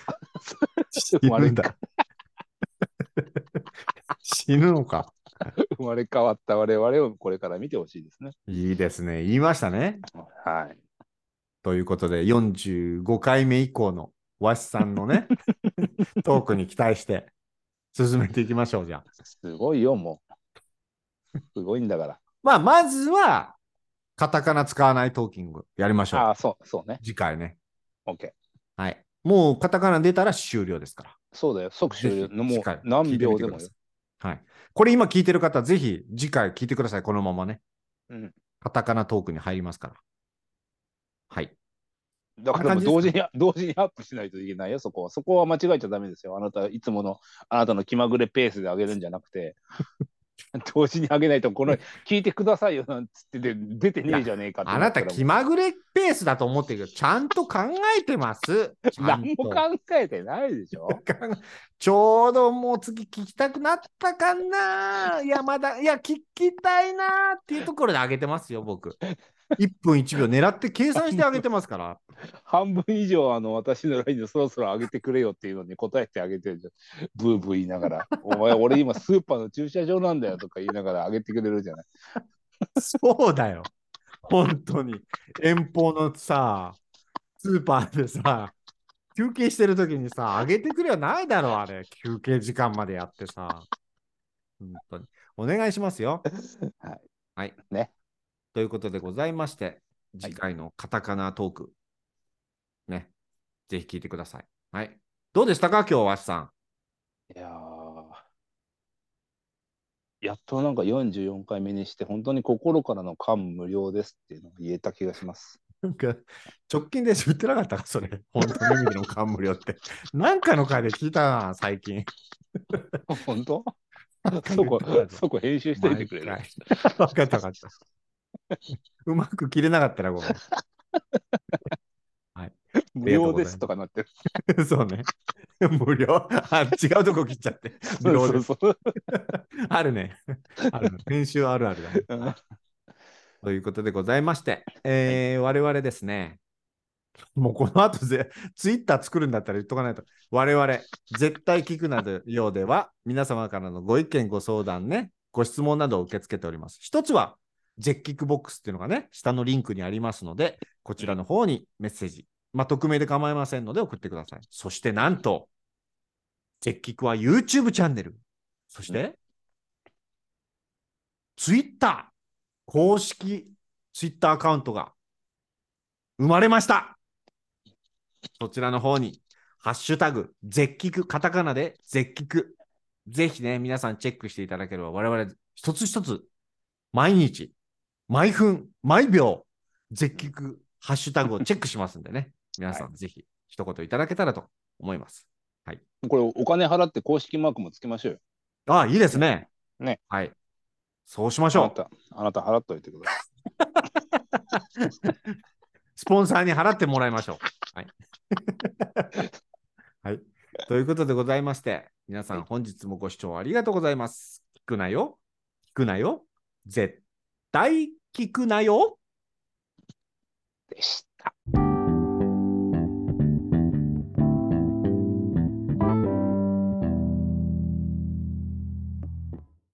Speaker 1: 死
Speaker 2: 生まれ
Speaker 1: ぬん
Speaker 2: 変わ
Speaker 1: だ。死ぬのか。
Speaker 2: 生まれ変わった我々をこれから見てほしいですね。
Speaker 1: いいですね。言いましたね。
Speaker 2: はい。
Speaker 1: ということで、45回目以降のわしさんの ね、トークに期待して進めていきましょう、じゃあ。
Speaker 2: すごいよ、もう。すごいんだから。
Speaker 1: まあ、まずは、カタカナ使わないトーキングやりましょう。
Speaker 2: ああ、そう、そうね。
Speaker 1: 次回ね。
Speaker 2: OK。
Speaker 1: はい。もうカタカナ出たら終了ですから。
Speaker 2: そうだよ。即終了。
Speaker 1: ぜひ
Speaker 2: も
Speaker 1: 次
Speaker 2: う
Speaker 1: 回聞いて
Speaker 2: 何秒で
Speaker 1: みて
Speaker 2: も
Speaker 1: くだ
Speaker 2: よ
Speaker 1: さ。いはい。これ今聞いてる方、ぜひ次回聞いてください。このままね。
Speaker 2: うん。
Speaker 1: カタカナトークに入りますから。はい。
Speaker 2: だからもう同時に、同時にアップしないといけないよ、そこは。そこは間違えちゃダメですよ。あなた、いつもの、あなたの気まぐれペースで上げるんじゃなく て、同時に上げないと、この、聞いてくださいよなんつってて、出てねえじゃねえかって
Speaker 1: あ
Speaker 2: 思
Speaker 1: な
Speaker 2: った
Speaker 1: た
Speaker 2: ら
Speaker 1: 気まぐれペースだと思ってるけど、ちゃんと考えてます。ちゃん
Speaker 2: 何も
Speaker 1: と
Speaker 2: 考えてないでしょ
Speaker 1: ちょうどもう次聞きたくなったかないや、まだ、いや、聞きたいなっていうところで上げてますよ、僕。1分1秒狙って計算して上げてますから。
Speaker 2: 半分以上、あの、私のラインでそろそろ上げてくれよっていうのに答えてあげてるじゃん。ブーブー言いながら、お前、俺今スーパーの駐車場なんだよとか言いながら上げてくれるじゃない。
Speaker 1: そうだよ。本当に。遠方のさ、スーパーでさ、休憩してる時にさ、あげてくれはないだろ、あれ。休憩時間までやってさ。本当に。お願いしますよ。
Speaker 2: はい。
Speaker 1: はい。
Speaker 2: ね。
Speaker 1: ということでございまして、次回のカタカナトーク、ね、ぜひ聞いてください。はい。どうでしたか今日、わしさん。
Speaker 2: いやーやっとなんか44回目にして、本当に心からの感無量ですっていうのが言えた気がし ます。
Speaker 1: なんか、直近で言ってなかったか、それ。 本当の意味での感無量って。なんかの回で聞いたな、最近。
Speaker 2: 本当そ
Speaker 1: そ
Speaker 2: こ、そこ編集していてくれる。
Speaker 1: 分かった分かった。うまく切れなかったらごめん。
Speaker 2: 無料ですとかなって る。
Speaker 1: そうね。無料。あ違うとこ切っちゃって。無料
Speaker 2: そ
Speaker 1: で
Speaker 2: う
Speaker 1: す。
Speaker 2: そうそう
Speaker 1: あるね。あるね編集あるあるだね。
Speaker 2: うん
Speaker 1: ということでございまして、えー我々ですね、もうこの後ぜ、ツイッター作るんだったら言っとかないと、我々、絶対聞くなどようでは、皆様からのご意見、ご相談ね、ご質問などを受け付けております。一つは、ジェッキックボックスっていうのがね、下のリンクにありますので、こちらの方にメッセージ、まあ、匿名で構いませんので送ってください。そしてなんと、ジェッキックは YouTube チャンネル、そして、Twitter、公式 Twitter アカウントが生まれました。そちらの方に、ハッシュタグ、絶菊、カタカナで絶菊。ぜひね、皆さんチェックしていただければ、我々一つ一つ、毎日、毎分、毎秒、絶菊、ハッシュタグをチェックしますんでね、皆さんぜひ一言いただけたらと思います。
Speaker 2: これお金払って公式マークもつけましょうよ。
Speaker 1: ああ、いいですね。
Speaker 2: ね。
Speaker 1: はい。そうしまし
Speaker 2: あな
Speaker 1: ょう。
Speaker 2: た、あなた払っといてください。
Speaker 1: スポンサーに払ってもらいましょう。はい。 はい、ということでございまして、皆さん本日もご視聴ありがとうございます。聞くなよ。聞くなよ。絶対聞くなよ。
Speaker 2: でした